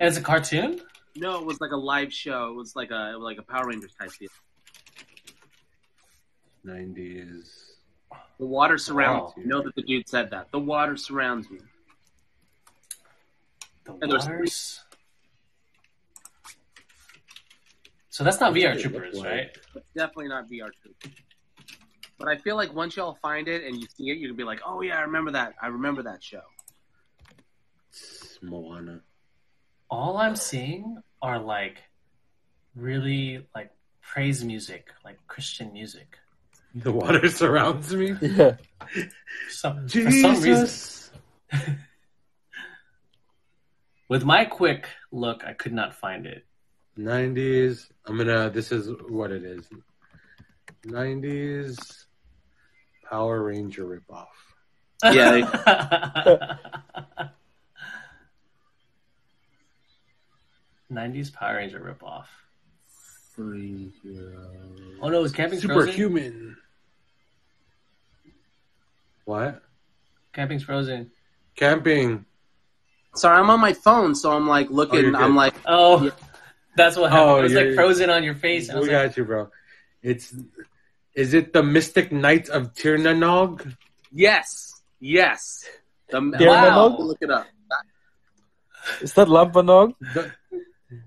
Speaker 2: And it's a cartoon?
Speaker 5: No, it was like a live show. It was like a like a Power Rangers type deal.
Speaker 1: Nineties.
Speaker 5: The water
Speaker 1: Wow.
Speaker 5: surrounds me. Know that the dude said that. The water surrounds me.
Speaker 2: The
Speaker 5: And there's-
Speaker 2: waters. So that's not VR
Speaker 1: it look
Speaker 2: Troopers,
Speaker 1: like?
Speaker 2: right?
Speaker 5: It's definitely not VR two. But I feel like once y'all find it and you see it, you can be like, "Oh yeah, I remember that. I remember that show."
Speaker 1: Moana.
Speaker 2: All I'm seeing are like really like praise music, like Christian music.
Speaker 1: The water *laughs* surrounds me.
Speaker 4: Yeah.
Speaker 2: Some, for some reason.
Speaker 1: Jesus.
Speaker 2: With my quick look, I could not find it.
Speaker 1: Nineties. I'm gonna. This is what it is. Nineties. Power Ranger ripoff.
Speaker 2: Yeah. 90s Power Ranger ripoff. Oh no, it was Camping Frozen.
Speaker 1: Superhuman. What?
Speaker 2: Camping's Frozen.
Speaker 1: Camping.
Speaker 5: Sorry, I'm on my phone, so I'm like
Speaker 1: you're
Speaker 5: looking.
Speaker 1: good.
Speaker 5: I'm like,
Speaker 2: Oh,
Speaker 5: Yeah.
Speaker 2: that's what happened.
Speaker 1: Oh,
Speaker 2: it was
Speaker 1: yeah,
Speaker 2: like
Speaker 1: yeah.
Speaker 2: frozen on your face. And I
Speaker 1: We
Speaker 2: was like,
Speaker 1: got you, bro. It's. Is it the Mystic Knights of Tirnanog?
Speaker 5: yes, yes. The,
Speaker 4: Wow.
Speaker 5: Look it up.
Speaker 4: Is that Lampanog?
Speaker 1: The,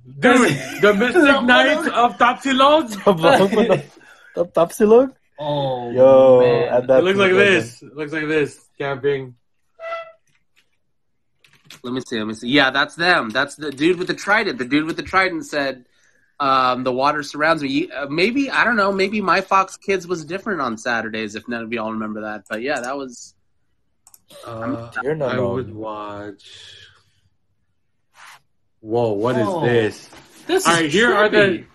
Speaker 1: dude, the Mystic Knights of Topsilog?
Speaker 4: Lampanog? Top- Topsilog?
Speaker 2: oh,
Speaker 4: Yo,
Speaker 2: man.
Speaker 4: and
Speaker 1: It
Speaker 4: that
Speaker 1: looks like this. It looks like this. Camping.
Speaker 5: Let me see. Let me see. Yeah, that's them. That's the dude with the trident. The dude with the trident said, um, "The water surrounds me." You- uh, Maybe I don't know. Maybe my Fox Kids was different on Saturdays. If none of y'all remember that, but yeah, that was.
Speaker 1: Uh,
Speaker 4: You're not
Speaker 1: I
Speaker 4: wrong.
Speaker 1: would watch. Whoa, what is
Speaker 2: Whoa.
Speaker 1: this?
Speaker 2: This is
Speaker 1: All right, here are the
Speaker 2: trippy.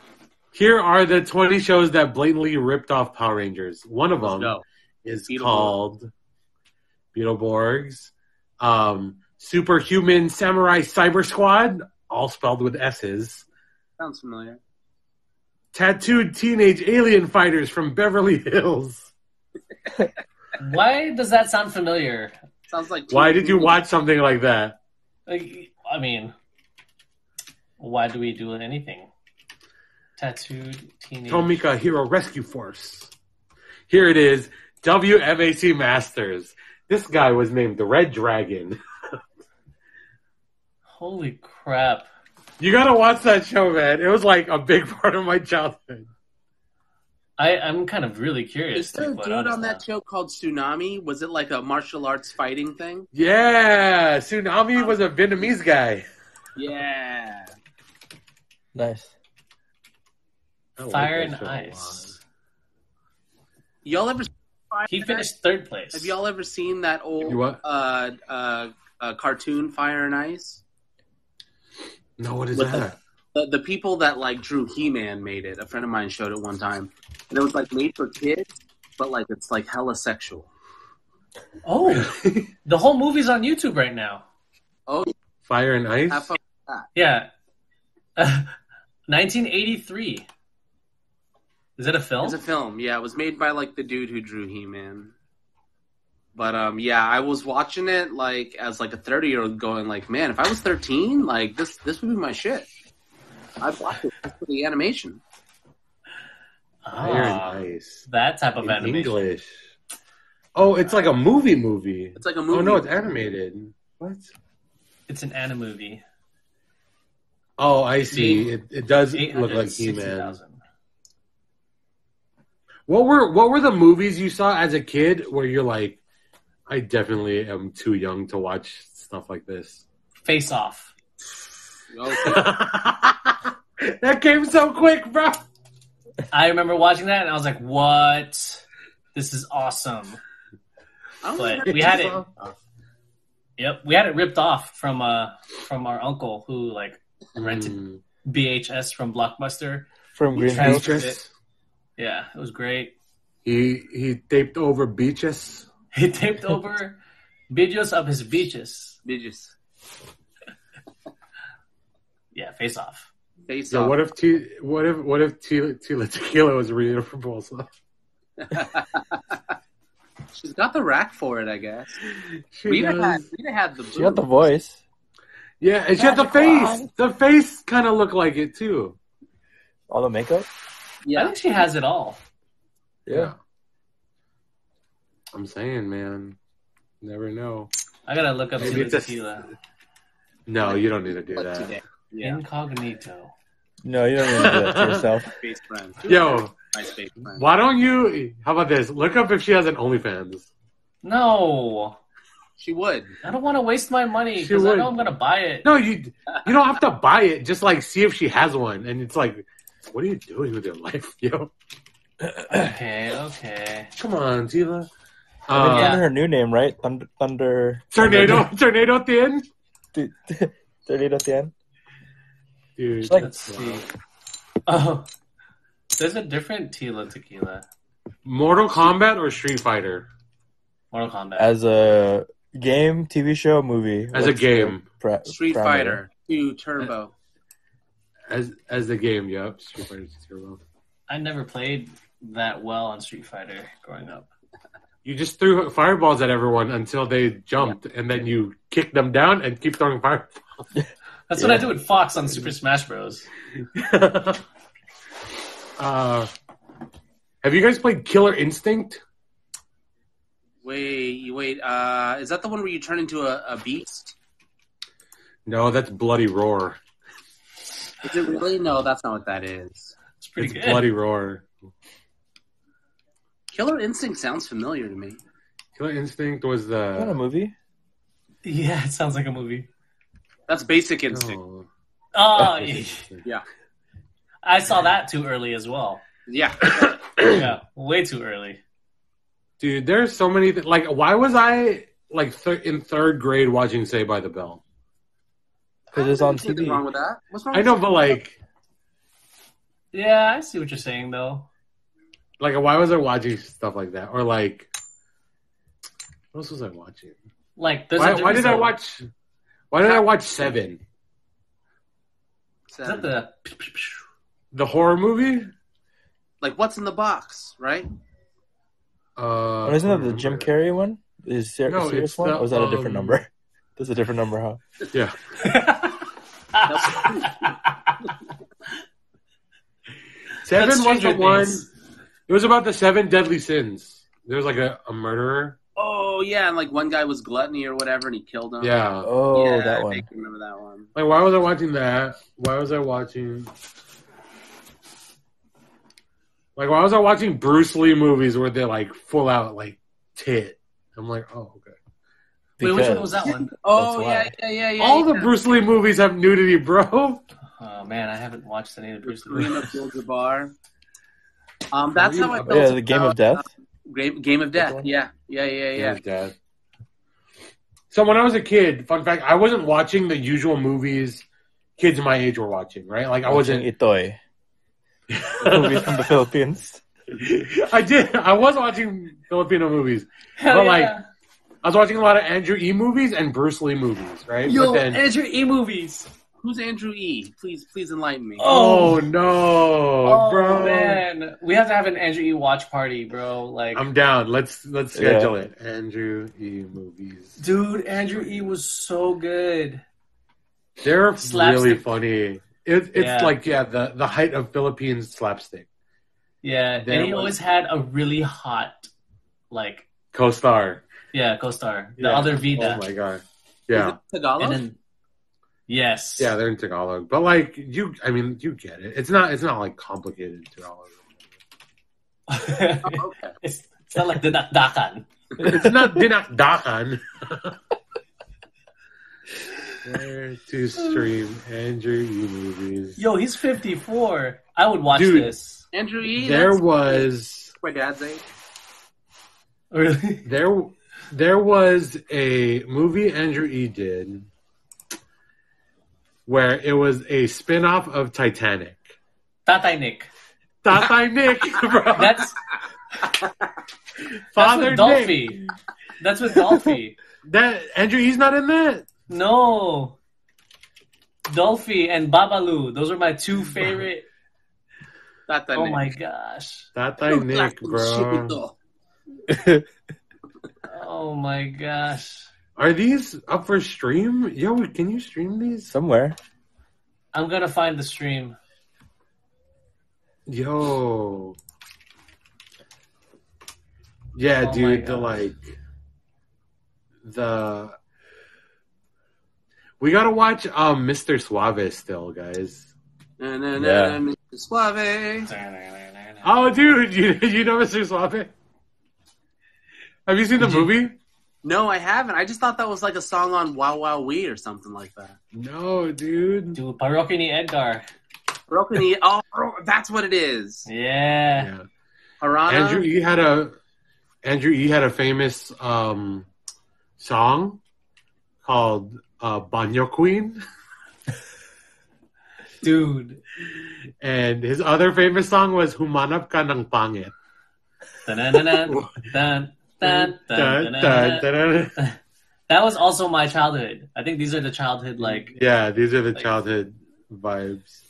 Speaker 1: here are the twenty shows that blatantly ripped off Power Rangers. One of them
Speaker 5: No.
Speaker 1: is
Speaker 5: Beetleborgs.
Speaker 1: called Beetleborgs, um, Superhuman Samurai Cyber Squad, all spelled with S's.
Speaker 5: Sounds familiar.
Speaker 1: Tattooed Teenage Alien Fighters from Beverly Hills.
Speaker 2: Why does that sound familiar?
Speaker 5: Sounds like.
Speaker 1: Why did you watch something like that?
Speaker 2: Like, I mean, why do we do anything? Tattooed teenage.
Speaker 1: Tomika Hero Rescue Force. Here it is, WMAC Masters. This guy was named the Red Dragon.
Speaker 2: Holy crap!
Speaker 1: You gotta watch that show, man. It was like a big *laughs* part of my childhood.
Speaker 2: I, I'm kind of really curious.
Speaker 5: Is there a
Speaker 2: like, what
Speaker 5: dude
Speaker 2: honest
Speaker 5: on
Speaker 2: now.
Speaker 5: that show called Tsunami? Was it like a martial arts fighting thing?
Speaker 1: Yeah, Tsunami was a Vietnamese guy.
Speaker 5: Yeah.
Speaker 4: Nice.
Speaker 1: I like
Speaker 2: Fire
Speaker 1: that
Speaker 2: and
Speaker 1: show a
Speaker 2: Ice.
Speaker 5: Y'all ever?
Speaker 2: He finished third place.
Speaker 5: Have y'all ever seen that old
Speaker 1: You what?
Speaker 5: Uh, uh, uh, cartoon Fire and Ice?
Speaker 1: No, what is
Speaker 5: What
Speaker 1: that?
Speaker 5: the, the people that like drew he-man made it a friend of mine showed it one time and it was like made for kids but like it's like hella sexual
Speaker 2: Oh, the whole movie's on YouTube right now.
Speaker 5: oh
Speaker 1: *laughs* Fire and
Speaker 5: have
Speaker 1: Ice?
Speaker 5: fun.
Speaker 2: Yeah, *laughs* 1983. Is it a film?
Speaker 5: it's a film yeah it was made by like the dude who drew he-man but um yeah i was watching it like as like a 30 year old going like man if i was 13 like this this would be my shit i'd watch it just for the animation
Speaker 1: Fire
Speaker 2: Ah,
Speaker 1: and Ice.
Speaker 2: that type of
Speaker 1: In
Speaker 2: animation.
Speaker 1: English. Oh, it's like a movie movie.
Speaker 5: Oh, it's like a movie
Speaker 1: Oh, no, it's animated. What?
Speaker 2: It's an anime movie.
Speaker 1: Oh, I see. It, it does look like He Man.
Speaker 2: 860,000.
Speaker 1: What were what were the movies you saw as a kid where you're like, I definitely am too young to watch stuff like this. *laughs*
Speaker 2: Face off.
Speaker 5: Okay.
Speaker 1: that came so quick, bro.
Speaker 2: I remember watching that and I was like, "What? This is awesome."
Speaker 5: I don't
Speaker 2: But
Speaker 5: remember
Speaker 2: we had
Speaker 5: this
Speaker 2: it.
Speaker 5: one.
Speaker 2: Yep, we had it ripped off from uh from our uncle who like rented
Speaker 1: Mm.
Speaker 2: BHS from Blockbuster.
Speaker 4: From
Speaker 2: He
Speaker 4: Greenhouse.
Speaker 2: transferred
Speaker 1: Beaches.
Speaker 2: it. Yeah, it was great.
Speaker 1: He he taped over beaches.
Speaker 2: He taped over videos of his beaches.
Speaker 5: They just
Speaker 2: Yeah, face off.
Speaker 5: face
Speaker 1: So
Speaker 5: off.
Speaker 1: what if T, what if what if T, Tila Tequila was reading a proposal?
Speaker 5: She's got the rack for it, I guess.
Speaker 1: She
Speaker 5: Rita
Speaker 1: does.
Speaker 5: had, Rita had the
Speaker 4: She got the
Speaker 5: boobs.
Speaker 4: voice.
Speaker 1: yeah, and she had the face. The face kind of looked like it too.
Speaker 4: All the makeup.
Speaker 2: I
Speaker 5: Yeah,
Speaker 2: think she has it all.
Speaker 1: Yeah. I'm saying, man, never know.
Speaker 2: I gotta look up
Speaker 1: Maybe
Speaker 2: Tila
Speaker 1: it's a-
Speaker 2: Tequila.
Speaker 1: No, you don't need to do
Speaker 5: but
Speaker 1: that.
Speaker 5: today. Yeah,
Speaker 2: Incognito.
Speaker 4: No, you don't need to do that to yourself.
Speaker 5: face friends.
Speaker 1: Yo,
Speaker 5: my space friend.
Speaker 1: why don't you? How about this? Look up if she has an OnlyFans.
Speaker 2: No,
Speaker 5: She would.
Speaker 2: I don't want to waste my money
Speaker 1: She
Speaker 2: because I
Speaker 1: would.
Speaker 2: know I'm gonna buy it.
Speaker 1: No, you you don't have to buy it. Just like see if she has one, and it's like, what are you doing with your life, yo?
Speaker 2: Okay, okay.
Speaker 1: Come on, Tila.
Speaker 4: It's
Speaker 3: Oh,
Speaker 1: Uh,
Speaker 2: Yeah.
Speaker 4: under her new name, right? Thunder, Thunder
Speaker 1: Tornado, *laughs* tornado at the end.
Speaker 4: Dude, Tornado at the end.
Speaker 1: Dude,
Speaker 4: It's like-
Speaker 2: Let's see. Oh, there's a different Tila Tequila.
Speaker 1: Mortal Kombat or Street Fighter
Speaker 2: Mortal Kombat.
Speaker 4: As a game, TV show, movie.
Speaker 1: as a
Speaker 4: What's the
Speaker 1: game,
Speaker 4: pre-
Speaker 5: Street
Speaker 4: parameter?
Speaker 5: Fighter Two Turbo.
Speaker 1: as as the game. Yep, Street Fighter Zero.
Speaker 2: I never played that well on Street Fighter growing up.
Speaker 1: You just threw fireballs at everyone until they jumped, and then you kick them down and keep throwing fire. *laughs*
Speaker 2: That's what I did with Fox on Super Smash Bros.
Speaker 1: uh, have you guys played Killer Instinct?
Speaker 5: Wait, you wait. Uh, is that the one where you turn into a, a beast?
Speaker 1: No, that's Bloody Roar.
Speaker 5: Is it really? No, that's not what that is.
Speaker 2: It's pretty
Speaker 1: it's
Speaker 2: good.
Speaker 1: Bloody Roar.
Speaker 5: Killer Instinct sounds familiar to me.
Speaker 1: Killer Instinct was
Speaker 4: Is that a
Speaker 1: the.
Speaker 4: movie?
Speaker 2: *laughs* Yeah, it sounds like a movie.
Speaker 5: That's Basic Instinct.
Speaker 1: No. *laughs*
Speaker 2: Oh, yeah.
Speaker 5: Yeah.
Speaker 2: I saw that too early as well.
Speaker 5: Yeah,
Speaker 2: Yeah, way too early.
Speaker 1: Dude, there's so many. Th- like, why was I like thir- in third grade watching Say by the Bell?
Speaker 4: Because it's on
Speaker 5: There's nothing
Speaker 4: TV.
Speaker 5: Wrong with that? What's wrong?
Speaker 1: I
Speaker 5: with
Speaker 1: know, but like,
Speaker 2: Yeah, I see what you're saying though.
Speaker 1: like, why was I watching stuff like that? Or like, what else was I watching?
Speaker 2: Like, there's a
Speaker 1: Why, why
Speaker 2: difference
Speaker 1: did I
Speaker 2: though.
Speaker 1: watch? Why did I watch Seven,
Speaker 2: Is
Speaker 5: that?
Speaker 2: that the?
Speaker 1: the horror movie?
Speaker 5: like what's in the box, right?
Speaker 1: Uh,
Speaker 4: Oh, isn't
Speaker 1: I
Speaker 4: that
Speaker 1: don't
Speaker 4: the Jim
Speaker 1: remember.
Speaker 4: Carrey one? Is it ser-
Speaker 1: No,
Speaker 4: serious
Speaker 1: it's
Speaker 4: one?
Speaker 1: the,
Speaker 4: or is that a different
Speaker 1: um,
Speaker 4: number? *laughs* That's a different number, huh?
Speaker 1: Yeah, Seven
Speaker 2: That's
Speaker 1: was the
Speaker 2: Stranger
Speaker 1: one.
Speaker 2: Things.
Speaker 1: It was about the seven deadly sins. There was like a, a murderer.
Speaker 5: Oh yeah, and like one guy was gluttony or whatever, and he killed him.
Speaker 1: Yeah.
Speaker 4: Oh,
Speaker 5: Yeah,
Speaker 4: that
Speaker 5: I
Speaker 4: one.
Speaker 5: think I remember that one.
Speaker 1: Like, why was I watching that? Why was I watching? Like, why was I watching Bruce Lee movies where they like full out like tit? I'm like, oh, okay.
Speaker 2: Wait, which one
Speaker 4: Because-
Speaker 2: was that one?
Speaker 5: *laughs* Oh yeah,
Speaker 4: why.
Speaker 5: yeah, yeah, yeah.
Speaker 1: All
Speaker 5: yeah.
Speaker 1: the Bruce Lee movies have nudity, bro. *laughs*
Speaker 2: Oh man, I haven't watched any of the Bruce Lee.
Speaker 5: Kareem Abdul-Jabbar. Um, that's how I felt.
Speaker 4: Oh, Yeah, the Game
Speaker 5: about,
Speaker 4: of Death.
Speaker 5: uh, Game, Game of Death.
Speaker 4: one?
Speaker 5: Yeah, yeah, yeah, yeah.
Speaker 1: Dad. So when I was a kid, fun fact, I wasn't watching the usual movies kids my age were watching, right? Like I wasn't
Speaker 4: Watching Itoy,
Speaker 1: *laughs*
Speaker 4: the movie from the Philippines.
Speaker 1: I did. I was watching Filipino movies.
Speaker 2: Hell
Speaker 1: But, like, I was watching a lot of Andrew E movies and Bruce Lee movies, right? but
Speaker 2: yo,
Speaker 1: then,
Speaker 2: Andrew E movies.
Speaker 5: Who's Andrew E? Please, please enlighten me.
Speaker 1: oh, no,
Speaker 2: Oh
Speaker 1: bro.
Speaker 2: man, we have to have an Andrew E watch party, bro. Like,
Speaker 1: I'm down. Let's let's
Speaker 4: Yeah.
Speaker 1: schedule it. Andrew E movies.
Speaker 2: dude, Andrew E was so good.
Speaker 1: They're
Speaker 2: Slapstick.
Speaker 1: really funny. It, it's
Speaker 2: Yeah.
Speaker 1: like yeah, the the height of Philippines slapstick.
Speaker 2: Yeah,
Speaker 1: There
Speaker 2: and he
Speaker 1: was-
Speaker 2: always had a really hot, like,
Speaker 1: Co-star.
Speaker 2: yeah, co-star, the
Speaker 1: Yeah.
Speaker 2: other
Speaker 1: Oh
Speaker 2: Vida,
Speaker 1: my god.
Speaker 5: Is it
Speaker 1: Yeah.
Speaker 5: Tagalog.
Speaker 2: and then Yes.
Speaker 1: Yeah, they're in Tagalog, but like you, I mean, you get it. It's not. It's not like complicated Tagalog.
Speaker 5: Oh, okay.
Speaker 2: *laughs* it's, it's not like the Nakdakan.
Speaker 1: It's not *laughs* dinakdakan. Where to stream Andrew E movies?
Speaker 2: Yo, he's 54. I would watch
Speaker 1: Dude.
Speaker 2: this. *laughs*
Speaker 5: Andrew E.
Speaker 1: there
Speaker 5: that's
Speaker 1: was
Speaker 5: my dad's age.
Speaker 2: Really?
Speaker 1: there there was a movie Andrew E did where it was a spin-off of Titanic.
Speaker 2: Tatay Nick.
Speaker 1: Titanic, *laughs* bro.
Speaker 2: That's, that's
Speaker 1: Father Nick.
Speaker 2: with Dolphy. That's with Dolphy.
Speaker 1: That Andrew E's not in that.
Speaker 2: No. Dolphy and Babalu. Those are my two favorite.
Speaker 5: Not that
Speaker 2: Oh
Speaker 5: name.
Speaker 2: my gosh.
Speaker 1: Titanic, bro.
Speaker 2: Oh my gosh.
Speaker 1: Are these up for stream? Yo, can you stream these?
Speaker 4: Somewhere.
Speaker 2: I'm gonna find the stream.
Speaker 1: Yo. Yeah,
Speaker 2: Oh my
Speaker 1: dude, the
Speaker 2: gosh.
Speaker 1: like the We gotta watch um Mr. Suave still, guys.
Speaker 5: Na, na, na,
Speaker 4: Yeah.
Speaker 5: na, Mr. Suave.
Speaker 1: Oh dude, *laughs* you you know Mr. Suave? Have you seen the
Speaker 2: Did you-
Speaker 1: movie?
Speaker 5: No, I haven't. I just thought that was like a song on Wow Wow Wee or something like that.
Speaker 1: No, dude.
Speaker 2: Dude, Parokini ni Edgar.
Speaker 5: Broken E. Oh, bro- that's what it is.
Speaker 2: Yeah.
Speaker 1: Yeah.
Speaker 5: Harana.
Speaker 2: Uh,
Speaker 1: Andrew E had a Andrew E had a famous um, song called uh, "Banyo Queen,"
Speaker 2: Dude.
Speaker 1: and his other famous song was "Humanap Ka ng Pangit." *laughs*
Speaker 2: Dun-dun-dun-dun. Dun, dun, dun,
Speaker 1: Dun,
Speaker 2: dun,
Speaker 1: dun,
Speaker 2: dun, dun.
Speaker 1: dun, dun.
Speaker 2: That was also my childhood. I think these are the childhood like
Speaker 1: yeah, these are the
Speaker 2: like-
Speaker 1: childhood
Speaker 2: *laughs*
Speaker 1: vibes.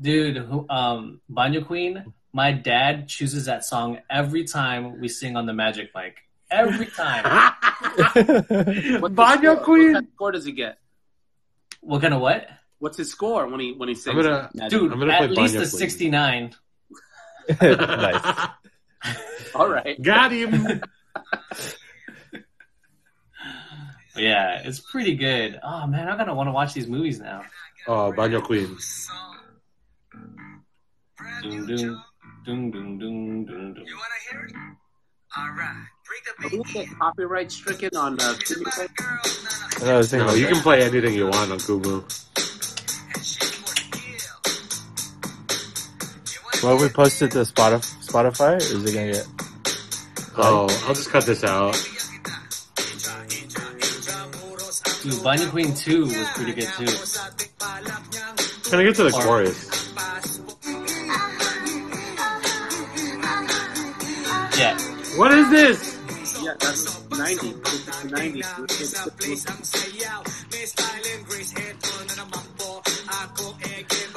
Speaker 2: dude who um Banyo Queen, my dad chooses that song every time we sing on the magic mic. Every
Speaker 1: *laughs*
Speaker 2: time.
Speaker 5: What's his score?
Speaker 1: Banyo
Speaker 5: What
Speaker 1: Queen.
Speaker 5: kind of score does he get?
Speaker 2: what kind of what?
Speaker 5: What's his score when he when he
Speaker 1: I'm
Speaker 5: sings?
Speaker 1: gonna.
Speaker 2: Dude,
Speaker 1: I'm gonna
Speaker 2: at
Speaker 1: play
Speaker 2: least
Speaker 1: Banyo
Speaker 2: a
Speaker 1: Queen.
Speaker 2: sixty nine.
Speaker 4: nice.
Speaker 5: All right.
Speaker 1: Got him.
Speaker 2: Yeah, it's pretty good. Oh man, I'm gonna want to watch these movies now.
Speaker 1: Oh, Banyo Queen.
Speaker 2: Dun, dun, dun, dun, dun, dun, dun.
Speaker 5: Are we gonna get copyright stricken on uh, Kumu?
Speaker 4: No, it's
Speaker 1: No,
Speaker 4: English.
Speaker 1: you can play anything you want on Kumu.
Speaker 4: Well, we posted to Spotify. Spotify is it gonna get?
Speaker 1: Oh, I'll just cut this out.
Speaker 2: Dude, Bunny Queen 2 was pretty good too.
Speaker 1: Can I get to the
Speaker 2: Or-
Speaker 1: chorus? *laughs*
Speaker 2: Yeah.
Speaker 1: What is this?
Speaker 5: Yeah, that's 90. It's 90. It's- it's-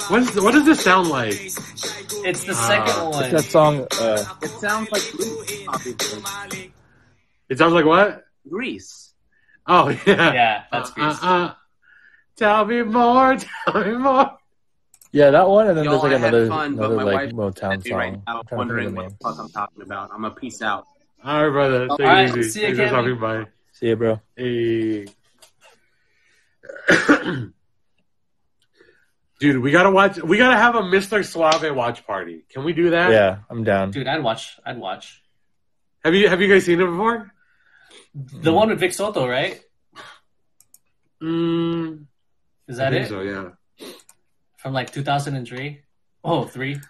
Speaker 1: What, is, what does this sound like?
Speaker 2: It's the
Speaker 1: Ah.
Speaker 2: second
Speaker 4: It's
Speaker 2: one.
Speaker 4: that song. Uh,
Speaker 5: It sounds like Greece. obviously.
Speaker 1: It sounds like what?
Speaker 5: Greece.
Speaker 1: Oh yeah.
Speaker 2: yeah, that's
Speaker 1: Uh, uh,
Speaker 2: Grease.
Speaker 1: uh. Tell me more. Tell me more.
Speaker 4: yeah, that one, and then
Speaker 5: Y'all,
Speaker 4: there's like
Speaker 5: I had
Speaker 4: another,
Speaker 5: fun, but
Speaker 4: another
Speaker 5: my
Speaker 4: like
Speaker 5: wife
Speaker 4: Motown
Speaker 5: At me
Speaker 4: song.
Speaker 5: right now,
Speaker 4: I'm trying to think
Speaker 5: wondering
Speaker 4: of the
Speaker 5: what
Speaker 4: name.
Speaker 5: the fuck I'm talking about. I'm a peace out.
Speaker 1: All right, brother. Take it
Speaker 2: right,
Speaker 1: easy.
Speaker 2: see you
Speaker 1: Thanks for
Speaker 2: again.
Speaker 1: stopping by.
Speaker 4: See you, bro.
Speaker 1: Hey. *clears throat* Dude, we gotta watch. We gotta have a Mr. Suave watch party. Can we do that?
Speaker 4: Yeah, I'm down.
Speaker 2: Dude, I'd watch. I'd watch.
Speaker 1: Have you Have you guys seen it before? Hmm.
Speaker 2: The one with Vic Soto, right?
Speaker 1: Mm,
Speaker 2: Is
Speaker 1: I
Speaker 2: that
Speaker 1: think
Speaker 2: it?
Speaker 1: so. Yeah.
Speaker 2: From like 2003?
Speaker 1: *laughs*
Speaker 2: Oh, three.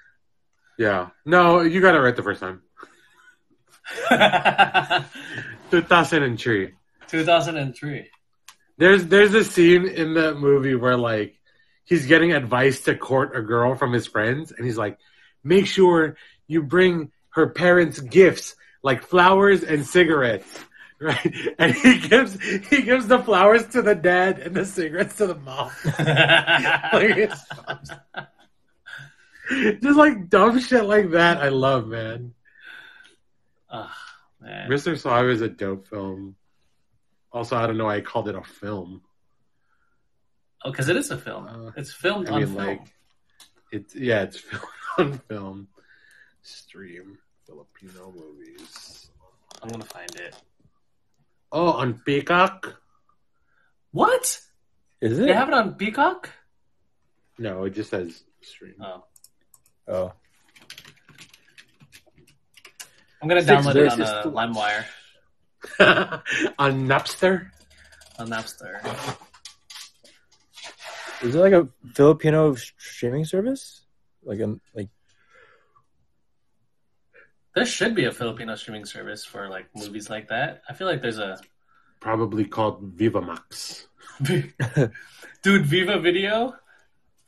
Speaker 1: Yeah. No, you got it right the first time. 2003. *laughs*
Speaker 2: 2003.
Speaker 1: There's there's a scene in that movie where like he's getting advice to court a girl from his friends, and he's like, "Make sure you bring her parents gifts like flowers and cigarettes." *laughs* Right, and he gives he gives the flowers to the dad and the cigarettes to the mom. *laughs* like it's *laughs* just like dumb shit like that. I love, man.
Speaker 2: oh, man.
Speaker 1: Mr. Suave is a dope film. Also, I don't know why I called it a film.
Speaker 2: Oh, because it is a film.
Speaker 1: Uh,
Speaker 2: it's filmed
Speaker 1: I
Speaker 2: on
Speaker 1: mean,
Speaker 2: film.
Speaker 1: like, it's yeah, it's *laughs* film on film stream Filipino movies.
Speaker 2: I'm gonna find it.
Speaker 1: Oh, on Peacock.
Speaker 2: What?
Speaker 4: Is
Speaker 2: They
Speaker 4: it?
Speaker 2: have it on Peacock.
Speaker 1: No, it just says stream. *laughs*
Speaker 2: Oh,
Speaker 4: oh,
Speaker 2: I'm gonna
Speaker 1: Six
Speaker 2: download it on
Speaker 1: versus
Speaker 2: uh,
Speaker 1: two.
Speaker 2: LimeWire
Speaker 1: on Napster.
Speaker 2: on Napster.
Speaker 4: is it like a Filipino streaming service? Like um, like *laughs*
Speaker 2: There should be a Filipino streaming service for like movies like that. I feel like there's
Speaker 1: *laughs*
Speaker 2: a *laughs*
Speaker 1: probably called Vivamax.
Speaker 2: dude Viva Video,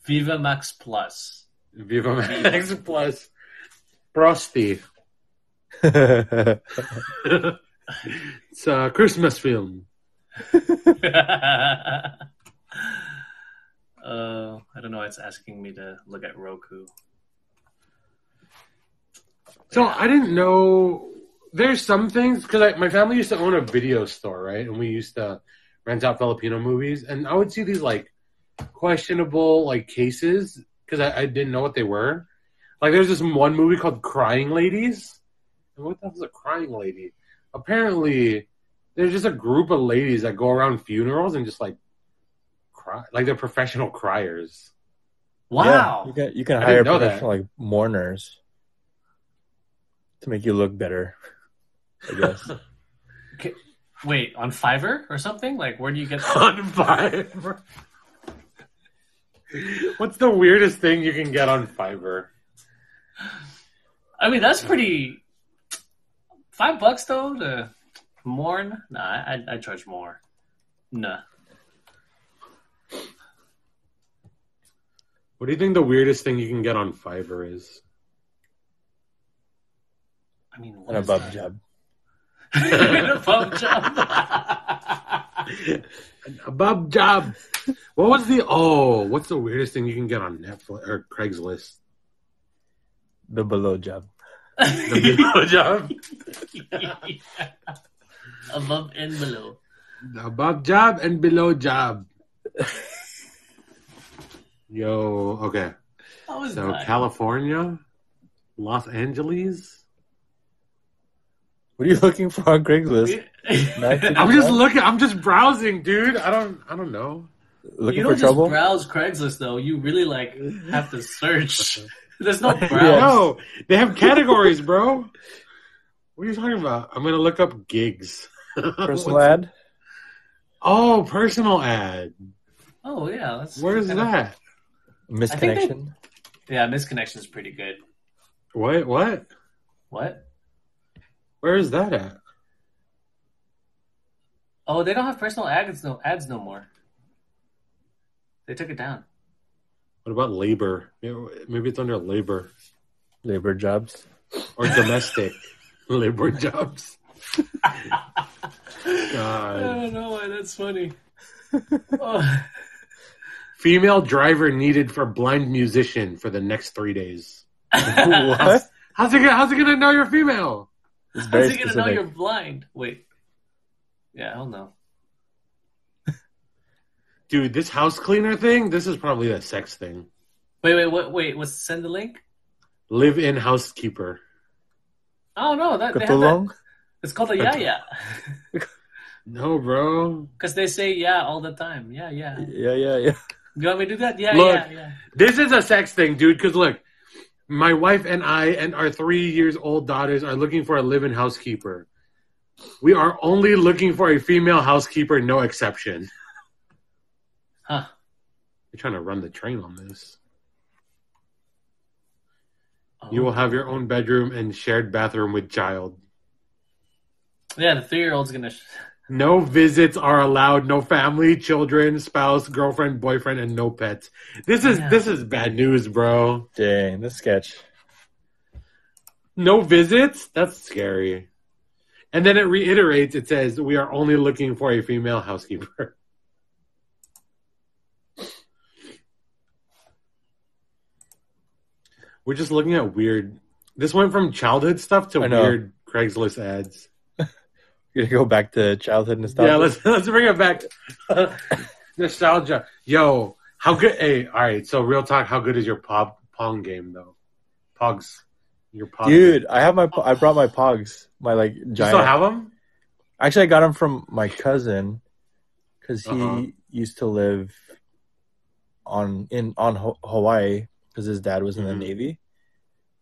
Speaker 2: Viva Max Plus.
Speaker 1: Vivamax *laughs* Plus Prosti. *laughs* it's a Christmas film.
Speaker 2: *laughs* Uh, I don't know. why It's asking me to look at Roku.
Speaker 1: So I didn't know there's some things because my family used to own a video store, right? And we used to rent out Filipino movies, and I would see these like questionable like cases because I, I didn't know what they were. Like there's this one movie called Crying Ladies. And what the hell is a crying lady? Apparently, there's just a group of ladies that go around funerals and just like cry, like they're professional criers.
Speaker 2: Wow.
Speaker 4: you can you can
Speaker 1: I
Speaker 4: hire
Speaker 1: didn't know that.
Speaker 4: professional like mourners to make you look better. I guess.
Speaker 2: Wait, on Fiverr or something? Like, where do you get?
Speaker 1: on Fiverr. What's the weirdest thing you can get on Fiverr?
Speaker 2: I mean, that's pretty. Five bucks though to mourn? Nah, I I charge more. Nah.
Speaker 1: What do you think the weirdest thing you can get on Fiverr is?
Speaker 2: I mean, what
Speaker 4: An
Speaker 2: is
Speaker 4: above
Speaker 2: that?
Speaker 4: job.
Speaker 2: *laughs* An above
Speaker 4: *laughs*
Speaker 2: *laughs* job.
Speaker 1: A bub job. What was the oh? What's the weirdest thing you can get on Netflix or Craigslist?
Speaker 4: The below job.
Speaker 1: The *laughs* below job.
Speaker 2: Above and below.
Speaker 1: The above job and below job. Yo, okay.
Speaker 2: How is
Speaker 1: So
Speaker 2: that?
Speaker 1: California, Los Angeles.
Speaker 4: What are you *laughs* looking for
Speaker 2: *laughs*
Speaker 4: on Craigslist? Not-
Speaker 1: I'm just looking. I'm just browsing, dude. I don't. I don't know.
Speaker 4: Looking
Speaker 2: you
Speaker 4: for
Speaker 2: don't just
Speaker 4: trouble?
Speaker 2: browse Craigslist though. You really like have
Speaker 1: *laughs*
Speaker 2: to search. *laughs* There's
Speaker 4: *laughs*
Speaker 2: no browse.
Speaker 1: No, they have categories, bro. What are you talking about? I'm gonna look up gigs. *laughs*
Speaker 4: Personal ad?
Speaker 1: oh, personal ad.
Speaker 2: Oh yeah, that's
Speaker 1: Where is
Speaker 2: kinda-
Speaker 1: that?
Speaker 2: think they-
Speaker 4: Misconnection?
Speaker 2: Yeah, misconnection's pretty good.
Speaker 1: What? What?
Speaker 2: What?
Speaker 1: Where is that at?
Speaker 2: Oh, they don't have personal ads no ads no more. They took it down. *laughs*
Speaker 1: What about labor? Maybe it's under labor
Speaker 4: Labor jobs.
Speaker 1: or domestic labor jobs. God.
Speaker 2: know why that's
Speaker 4: *laughs*
Speaker 2: funny. oh.
Speaker 1: Female driver needed for blind musician for the next three days.
Speaker 2: *laughs*
Speaker 4: what?
Speaker 1: How's it? gonna- How's it gonna know you're female?
Speaker 4: It's
Speaker 2: How's
Speaker 4: very
Speaker 2: he gonna know
Speaker 4: specific.
Speaker 2: you're blind? Wait. Yeah, hell no.
Speaker 1: Dude, this house cleaner thing. This is probably a sex thing.
Speaker 2: Wait, wait, what? Wait, was send the link?
Speaker 1: Live-in housekeeper.
Speaker 2: Oh no, that, they have that.
Speaker 4: Katulong?
Speaker 2: it's called a yeah yeah
Speaker 1: No, bro.
Speaker 2: because they say yeah all the time. Yeah, yeah. Do
Speaker 4: Yeah, yeah, yeah.
Speaker 2: you want me to do that? Yeah,
Speaker 1: Look.
Speaker 2: yeah, yeah.
Speaker 1: This is a sex thing, dude. Because look, my wife and I and our three years old daughters are looking for a live in housekeeper. We are only looking for a female housekeeper, no exception.
Speaker 2: Huh?
Speaker 1: You're trying to run the train on this.
Speaker 2: Oh.
Speaker 1: You will have your own bedroom and shared bathroom with child.
Speaker 2: Yeah, the three year old's gonna. Sh-
Speaker 1: No visits are allowed. No family, children, spouse, girlfriend, boyfriend, and no pets. This is
Speaker 2: Yeah.
Speaker 1: this is bad news, bro.
Speaker 4: Dang, this sketch.
Speaker 1: No visits? That's scary. And then it reiterates it says, We are only looking for a female housekeeper. *laughs* We're just looking at weird. This went from childhood stuff to
Speaker 4: I know.
Speaker 1: weird Craigslist ads.
Speaker 4: You're gonna go back to childhood nostalgia.
Speaker 1: Yeah, let's *laughs* let's bring it back. *laughs* Nostalgia. Yo, how good hey, all right, so real talk, how good is your pog pong game though? Pogs. Your pog
Speaker 4: Dude, I have my po- I brought my pogs, my like
Speaker 1: you
Speaker 4: giant.
Speaker 1: still have them?
Speaker 4: Actually, I got them from my cousin.
Speaker 3: because he
Speaker 1: Uh-huh.
Speaker 3: used to live on in on Ho- Hawaii because his dad was in
Speaker 1: Mhm.
Speaker 3: the Navy.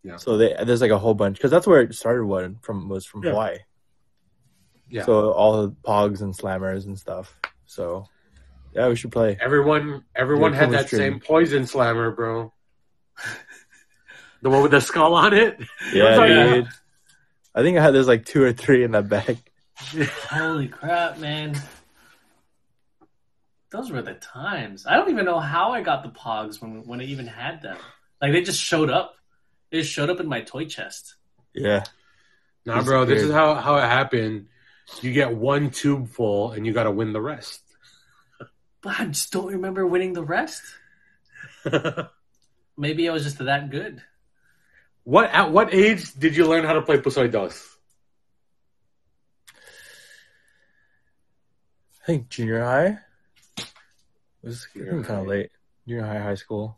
Speaker 1: Yeah.
Speaker 3: So they, there's like a whole bunch because that's where it started. One from was from
Speaker 1: Yeah.
Speaker 3: Hawaii.
Speaker 1: Yeah.
Speaker 3: So all the pogs and slammers and stuff. So yeah, we should play.
Speaker 1: Everyone, everyone
Speaker 3: Yeah,
Speaker 1: had
Speaker 3: cool
Speaker 1: that
Speaker 3: stream.
Speaker 1: same poison slammer, bro. the one with the skull on it.
Speaker 3: Yeah,
Speaker 1: sorry,
Speaker 2: yeah.
Speaker 3: dude. I think I had there's like two or three in that bag.
Speaker 2: Holy crap, man. Those were the times. I don't even know how I got the pogs when when I even had them. Like they just showed up. They just showed up in my toy chest.
Speaker 3: Yeah.
Speaker 1: Nah,
Speaker 3: It's
Speaker 1: bro. This
Speaker 3: weird.
Speaker 1: is how how it happened. You get one tube full, and you got to win the
Speaker 3: *laughs*
Speaker 1: rest.
Speaker 2: But I just don't remember winning the rest. Maybe I was just that good.
Speaker 1: what at what age did you learn how to play Poseidon?
Speaker 3: I think junior high It was
Speaker 1: Junior
Speaker 3: kind
Speaker 1: high.
Speaker 3: of late. Junior high, high school.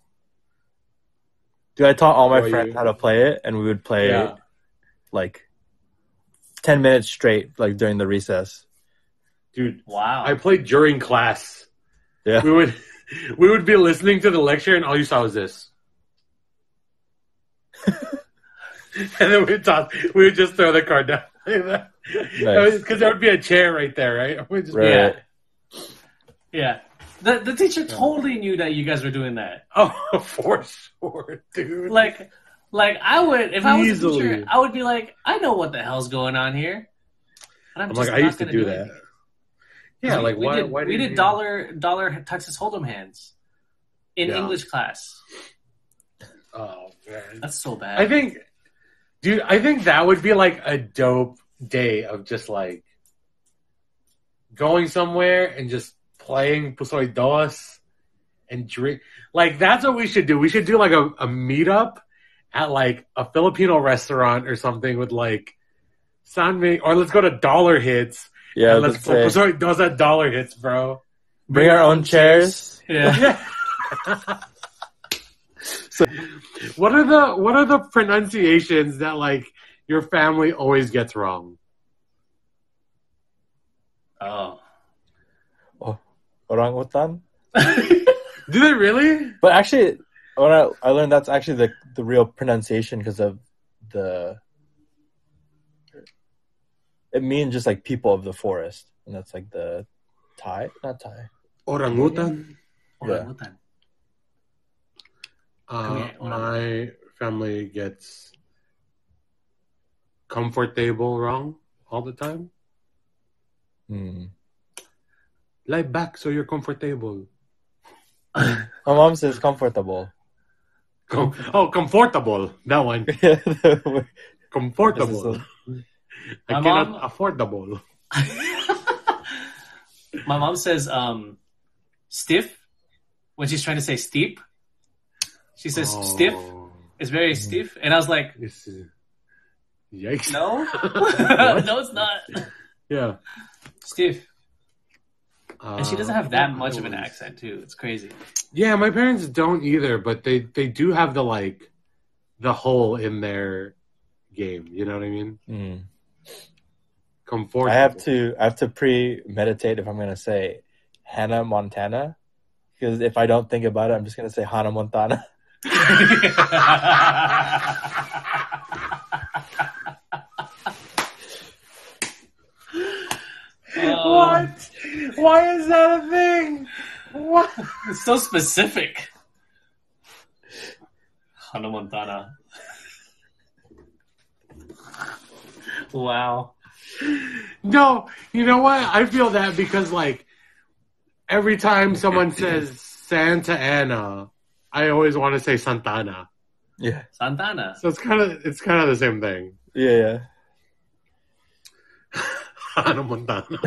Speaker 3: Dude, I taught all my
Speaker 1: Oh, you-
Speaker 3: friends how to play it, and we would play
Speaker 1: Yeah.
Speaker 3: like ten minutes straight, like during the recess.
Speaker 1: Dude,
Speaker 2: Wow.
Speaker 1: I played during class.
Speaker 3: Yeah.
Speaker 1: We would *laughs* we would be listening to the lecture and all you saw was *laughs* this. and then we'd toss we would just throw the card down. Because there would be a chair right there, right? *laughs* We'd just be-
Speaker 3: Right.
Speaker 2: Yeah. Yeah. The the teacher totally knew that you guys were doing that.
Speaker 1: oh, *laughs* for sure, dude.
Speaker 2: Like like I would if I was a
Speaker 1: Easily.
Speaker 2: teacher, I would be like, I know what the hell's going on here. And
Speaker 1: I'm
Speaker 2: just
Speaker 1: like, I
Speaker 2: not
Speaker 1: used to
Speaker 2: gonna
Speaker 1: do that.
Speaker 2: anything.
Speaker 1: Yeah,
Speaker 2: we,
Speaker 1: like
Speaker 2: we
Speaker 1: why?
Speaker 2: did,
Speaker 1: why
Speaker 2: we
Speaker 1: didn't
Speaker 2: did
Speaker 1: you-
Speaker 2: dollar dollar Texas Hold'em hands in
Speaker 1: Yeah.
Speaker 2: English class.
Speaker 1: Oh man,
Speaker 2: That's so bad.
Speaker 1: I think, dude, I think that would be like a dope day of just like going somewhere and just playing Pusoy Dos and drink. Like, that's what we should do. We should do like a, a meetup at like a Filipino restaurant or something with like Sanmi, or let's go to Dollar Hits.
Speaker 3: Yeah,
Speaker 1: and let's
Speaker 3: let's
Speaker 1: play
Speaker 3: play.
Speaker 1: Pusoy Dos at Dollar Hits, bro.
Speaker 3: Bring our own chairs.
Speaker 2: yeah.
Speaker 1: so, *laughs* what are the what are the pronunciations that like your family always gets wrong? *laughs*
Speaker 2: Oh.
Speaker 3: Orangutan.
Speaker 1: Do they really?
Speaker 3: But actually, when I, I learned that's actually the the real pronunciation because of the. It means just like people of the forest, and that's like the Thai, not Thai.
Speaker 1: Orangutan.
Speaker 2: Orangutan.
Speaker 1: Uh,
Speaker 2: Okay,
Speaker 1: my family gets comfortable wrong all the time.
Speaker 3: Hmm.
Speaker 1: Lie back so you're comfortable.
Speaker 3: My mom says comfortable.
Speaker 1: Com- oh, comfortable. That one.
Speaker 3: comfortable.
Speaker 1: Comfortable. I
Speaker 2: My
Speaker 1: cannot
Speaker 2: mom-
Speaker 1: affordable.
Speaker 2: *laughs* My mom says um stiff when she's trying to say steep. She says stiff.
Speaker 1: Oh,
Speaker 2: It's very stiff. And I was like,
Speaker 1: this is- Yikes.
Speaker 2: no.
Speaker 1: *laughs* What?
Speaker 2: *laughs* no, it's not.
Speaker 1: Yeah.
Speaker 2: Stiff. And she doesn't have that
Speaker 1: Uh,
Speaker 2: much of an
Speaker 1: otherwise-
Speaker 2: accent too. It's crazy.
Speaker 1: Yeah, my parents don't either, but they they do have the like the hole in their game. You know what I mean?
Speaker 3: Hmm.
Speaker 1: Comfort.
Speaker 3: I have to I have to premeditate if I'm gonna say Hannah Montana because if I don't think about it, I'm just gonna say Hannah Montana.
Speaker 2: Um,
Speaker 1: Why is that a thing? What?
Speaker 2: It's so specific. Hannah Montana. wow.
Speaker 1: No, you know what? I feel that because like every time someone says Santa Ana, I always want to say Santana.
Speaker 3: Yeah,
Speaker 2: Santana.
Speaker 1: So it's kind of it's kind of the same thing.
Speaker 3: yeah, yeah.
Speaker 1: Hannah Montana.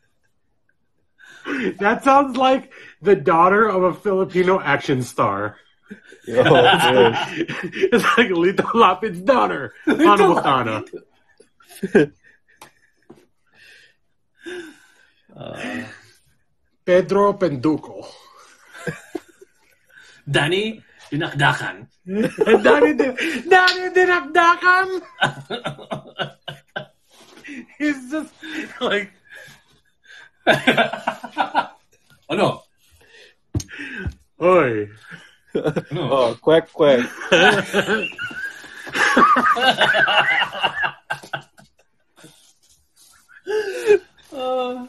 Speaker 1: *laughs* that sounds like the daughter of a Filipino action star.
Speaker 3: Oh, dude.
Speaker 1: it's like Lito Lapid's daughter, Hannah Montana.
Speaker 2: Uh,
Speaker 1: Pedro Penduko.
Speaker 2: Danny *laughs* Dinakdakan.
Speaker 1: Daddy, di- Daddy dinakdakan. He's just like Ano? Oy. Ano?
Speaker 4: Oh, quick, quick.
Speaker 2: Oh,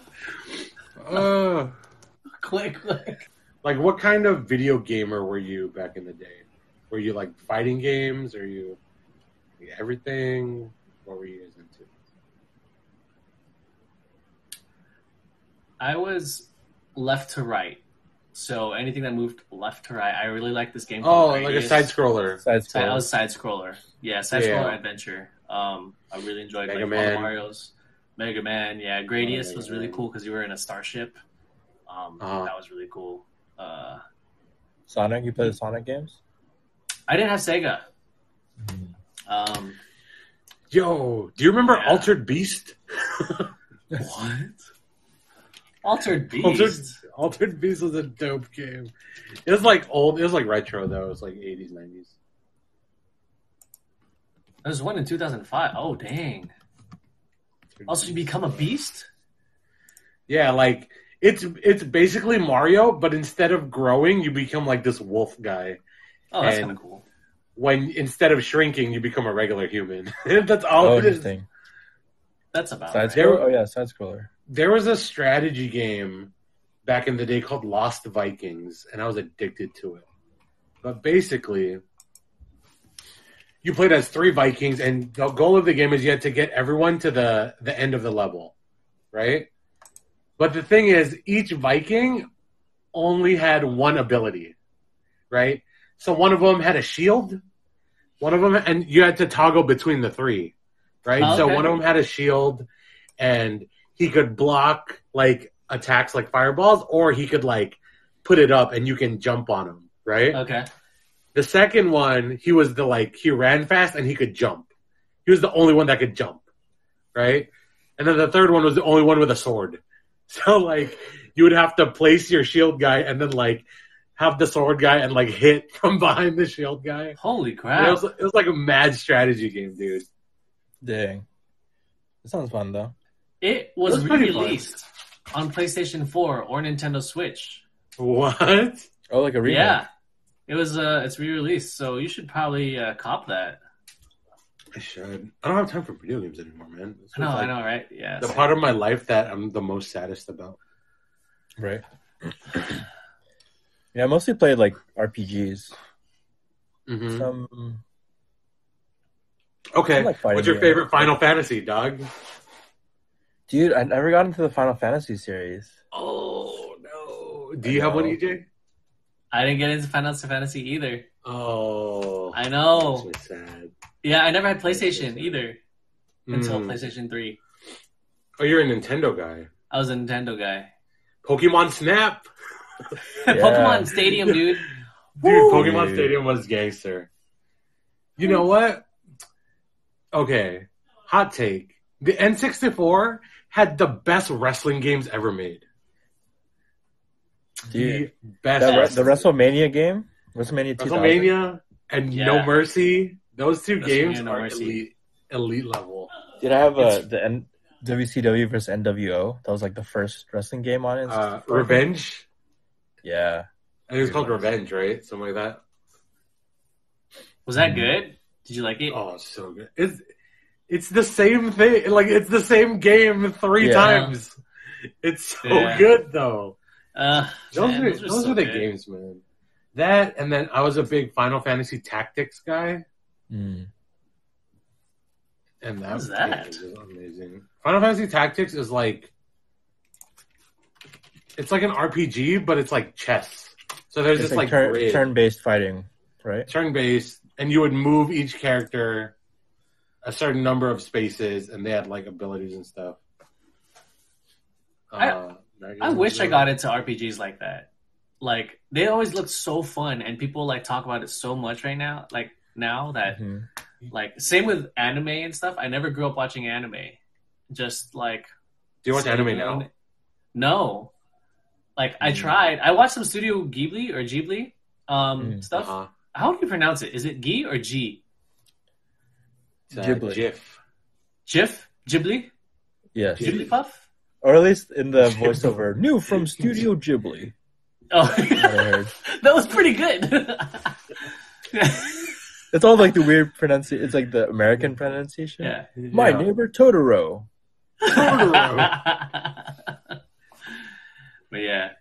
Speaker 1: Uh,
Speaker 2: *laughs* click, click.
Speaker 1: like, what kind of video gamer were you back in the day? Were you like fighting games? Or you everything? What were you guys into?
Speaker 2: I was left to right, so anything that moved left to right, I really liked this game.
Speaker 1: Oh,
Speaker 2: called
Speaker 1: like a
Speaker 2: Radius.
Speaker 1: side scroller.
Speaker 4: Side
Speaker 2: Side, I
Speaker 4: scroll.
Speaker 2: was side scroller. Yeah, side
Speaker 1: Yeah.
Speaker 2: scroller adventure. Um, I really enjoyed
Speaker 1: Mega
Speaker 2: like
Speaker 1: Man.
Speaker 2: all the Mario's. Mega Man, yeah. Gradius
Speaker 1: Mega
Speaker 2: was really
Speaker 1: Man.
Speaker 2: cool because you were in a starship. Um,
Speaker 1: Uh-huh.
Speaker 2: that was really cool. Uh,
Speaker 4: Sonic. You play the Sonic games?
Speaker 2: I didn't have Sega. Um,
Speaker 1: *laughs* Yo, do you remember
Speaker 2: Yeah.
Speaker 1: Altered Beast? *laughs*
Speaker 2: what? Altered Beast.
Speaker 1: Altered, Altered Beast was a dope game. It was like old. It was like retro though. It was like eighties, nineties.
Speaker 2: There was one in 2005. Oh, dang. Also, you become a beast?
Speaker 1: Yeah, like it's it's basically Mario, but instead of growing, you become like this wolf guy.
Speaker 2: Oh, that's
Speaker 1: And-
Speaker 2: kind of cool.
Speaker 1: When instead of shrinking, you become a regular human. *laughs* That's all
Speaker 4: Oh,
Speaker 1: it is.
Speaker 4: interesting.
Speaker 2: That's about
Speaker 4: Side
Speaker 2: right.
Speaker 4: scroller. Oh yeah, side scroller.
Speaker 1: There was a strategy game back in the day called Lost Vikings, and I was addicted to it. But basically, you played as three Vikings, and the goal of the game is you had to get everyone to the, the end of the level, right? But the thing is, each Viking only had one ability, right? So one of them had a shield, one of them, and you had to toggle between the three, right? So
Speaker 2: Okay.
Speaker 1: one of them had a shield, and he could block like attacks like fireballs, or he could like put it up and you can jump on him, right?
Speaker 2: Okay.
Speaker 1: The second one, he was the like he ran fast and he could jump. He was the only one that could jump, right? And then the third one was the only one with a sword. *laughs* So like you would have to place your shield guy and then like have the sword guy and like hit *laughs* from behind the shield guy.
Speaker 2: Holy
Speaker 1: And It
Speaker 2: crap.
Speaker 1: was, it was like a mad strategy game, dude. *laughs*
Speaker 4: Dang. That sounds fun though.
Speaker 2: It was
Speaker 1: That's pretty fun.
Speaker 2: released on PlayStation 4 or Nintendo Switch.
Speaker 1: What?
Speaker 4: Oh, like a remake.
Speaker 2: Yeah. It was uh it's re-released, so you should probably uh, cop that.
Speaker 1: I should. I don't have time for video games anymore, man. This
Speaker 2: I know,
Speaker 1: was,
Speaker 2: I
Speaker 1: like,
Speaker 2: know, right? Yeah.
Speaker 1: The part of my life that I'm the most saddest about.
Speaker 4: Right. *clears throat* yeah, I mostly played like RPGs.
Speaker 1: Mhm.
Speaker 4: Some
Speaker 1: Okay.
Speaker 4: I like fighting
Speaker 1: What's your
Speaker 4: games.
Speaker 1: favorite Final Fantasy, dog?
Speaker 4: dude, I never got into the Final Fantasy series.
Speaker 1: Oh no! Do
Speaker 4: I
Speaker 1: you have one, E
Speaker 4: know.
Speaker 1: EJ?
Speaker 2: I didn't get into Final Fantasy either.
Speaker 1: Oh,
Speaker 2: I know.
Speaker 1: That's so sad.
Speaker 2: Yeah, I never had PlayStation either until
Speaker 1: Mm.
Speaker 2: PlayStation 3.
Speaker 1: Oh, you're a Nintendo guy.
Speaker 2: I was a Nintendo guy.
Speaker 1: Pokemon Snap,
Speaker 2: *laughs* Pokemon Stadium, dude.
Speaker 1: dude.
Speaker 2: Woo!
Speaker 1: Pokemon
Speaker 4: Dude.
Speaker 1: Stadium was gangster. You know what? Okay, hot take. The N64 had the best wrestling games ever made.
Speaker 4: Dude,
Speaker 1: the best.
Speaker 4: That
Speaker 2: Yes.
Speaker 4: the WrestleMania game, WrestleMania 2000.
Speaker 1: WrestleMania and No
Speaker 2: Yeah.
Speaker 1: Mercy. Those two
Speaker 2: WrestleMania
Speaker 1: games
Speaker 2: No
Speaker 1: are
Speaker 2: Mercy.
Speaker 1: elite, elite level.
Speaker 4: Did I have uh,
Speaker 2: It's-
Speaker 4: the N- WCW versus NWO? That was like the first wrestling game on it.
Speaker 1: Uh, Revenge.
Speaker 4: Yeah,
Speaker 1: I think it's called Revenge, right? Something like that.
Speaker 2: Was that good? Did you like it?
Speaker 1: Hmm. Oh, it's so good. It's it's the same thing. Like it's the same game three
Speaker 4: Yeah.
Speaker 1: times. It's so
Speaker 2: Yeah.
Speaker 1: good though.
Speaker 2: Uh,
Speaker 1: Those
Speaker 2: man,
Speaker 1: were
Speaker 2: those were
Speaker 1: those,
Speaker 2: so
Speaker 1: were the
Speaker 2: good.
Speaker 1: games, man. That and then I was a big Final Fantasy Tactics guy,
Speaker 4: Mm.
Speaker 1: and that was
Speaker 2: What's that?
Speaker 1: amazing. Final Fantasy Tactics is like it's like an RPG, but it's like chess. So there's
Speaker 4: it's
Speaker 1: this
Speaker 4: like,
Speaker 1: like,
Speaker 4: turn
Speaker 1: grid.
Speaker 4: turn based fighting, right?
Speaker 1: turn based, and you would move each character a certain number of spaces, and they had like abilities and stuff. Uh,
Speaker 2: I-
Speaker 1: that
Speaker 2: I
Speaker 1: is
Speaker 2: wish I
Speaker 1: really-
Speaker 2: got into RPGs like that. Like they always look so fun, and people like talk about it so much right now. Like now that
Speaker 4: Mhm.
Speaker 1: Mm-hmm.
Speaker 2: like same with anime and stuff. I never grew up watching anime. Just like
Speaker 1: Do you watch
Speaker 2: sitting
Speaker 1: anime
Speaker 2: down-
Speaker 1: now?
Speaker 2: No, like I
Speaker 1: Mm.
Speaker 2: tried. I watched some Studio Ghibli or Ghibli um
Speaker 4: Mm.
Speaker 2: stuff.
Speaker 1: Uh-huh.
Speaker 2: How do you pronounce it? Is it G or G?
Speaker 1: It's, uh,
Speaker 4: Ghibli.
Speaker 1: GIF.
Speaker 2: Jif? Ghibli?
Speaker 4: Yes.
Speaker 1: Ghibli.
Speaker 2: Ghibli Puff?
Speaker 4: or at least in the voiceover, new from Studio Ghibli.
Speaker 2: Oh, *laughs*
Speaker 4: that I heard.
Speaker 2: that was pretty good. *laughs*
Speaker 4: It's all like the weird pronunciation. It's like the American pronunciation.
Speaker 2: yeah.
Speaker 4: My
Speaker 1: Yeah.
Speaker 4: neighbor Totoro.
Speaker 1: *laughs*
Speaker 2: *laughs* but yeah,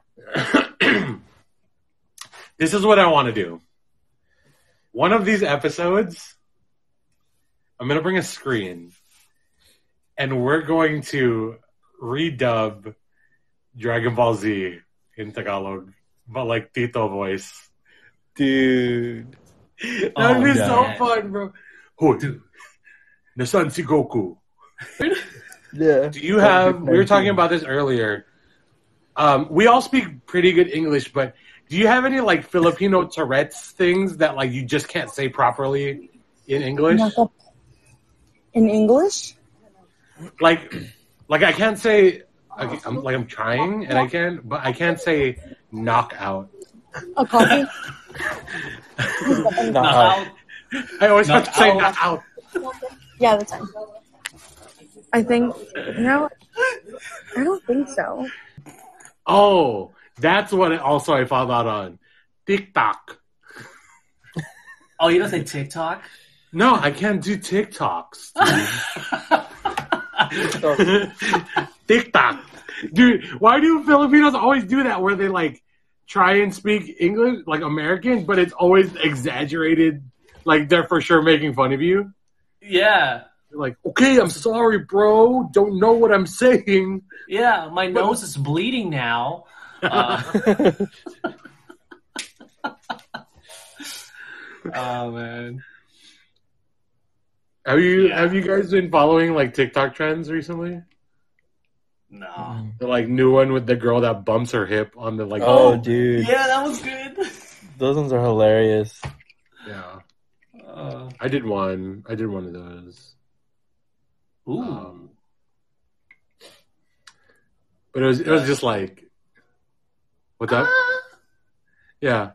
Speaker 1: this is what I want to do. One of these episodes, I'm going to bring a screen and we're going to redub Dragon Ball Z in Tagalog, but like Tito voice. *laughs*
Speaker 4: Dude.
Speaker 1: That
Speaker 2: Oh,
Speaker 1: would be
Speaker 2: no.
Speaker 1: so fun, bro. Hoy, Nasan si Goku.
Speaker 4: Yeah.
Speaker 1: Do you have? We were talking about this earlier. Um, we all speak pretty good English, but do you have any like Filipino Tourette's things that like you just can't say properly in English?
Speaker 6: In English?
Speaker 1: Like, like I can't say. Okay, I'm like I'm trying and I can, but I can't say knockout.
Speaker 6: A coffee?
Speaker 4: Not
Speaker 1: Uh,
Speaker 2: *laughs* Knockout.
Speaker 1: I always have to say
Speaker 2: Knockout.
Speaker 1: knockout.
Speaker 6: yeah, that's fine. I think no. I don't think so.
Speaker 1: Oh, that's what it, also I found out on TikTok.
Speaker 2: Oh, you don't say TikTok?
Speaker 1: No, I can't do TikToks. *laughs* TikTok. Dude, why do Filipinos always do that where they like try and speak English like American, but it's always exaggerated? Like they're for sure making fun of you.
Speaker 2: yeah.
Speaker 1: You're like, okay, I'm sorry, bro. Don't know what I'm saying.
Speaker 2: Yeah, my nose is bleeding now.
Speaker 1: *laughs*
Speaker 2: Uh, *laughs* oh man.
Speaker 1: Have you
Speaker 2: Yeah.
Speaker 1: have you guys been following like TikTok trends recently?
Speaker 2: No.
Speaker 3: Mm.
Speaker 1: The like new one with the girl that bumps her hip on the like
Speaker 4: Oh, dude.
Speaker 2: Yeah, that was good.
Speaker 4: Those ones are hilarious.
Speaker 1: yeah.
Speaker 2: Uh,
Speaker 1: I did one. I did one of those.
Speaker 2: ooh.
Speaker 1: Um, But it was it was just like what that
Speaker 2: Ah.
Speaker 1: yeah.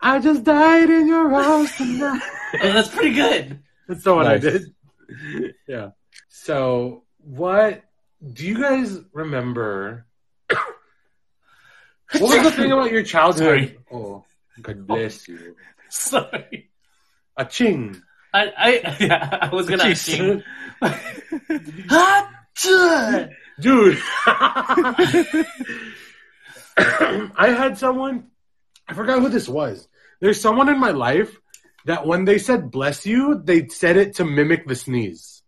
Speaker 1: I just died in your house tonight. *laughs*
Speaker 2: Oh, that's pretty good. *laughs*
Speaker 1: That's not what I
Speaker 4: Nice.
Speaker 1: did. *laughs* yeah. So what do you guys
Speaker 2: *coughs*
Speaker 1: remember? What was the thing about your childhood?
Speaker 2: Sorry.
Speaker 1: Oh, God bless you.
Speaker 2: Sorry.
Speaker 1: A ching.
Speaker 2: I I yeah, I was gonna
Speaker 1: Jeez.
Speaker 2: *laughs* sing. Hacha!
Speaker 1: *laughs* dude. *laughs* I had someone, I forgot who this was. There's someone in my life that when they said bless you, they said it to mimic the
Speaker 2: *laughs*
Speaker 1: sneeze.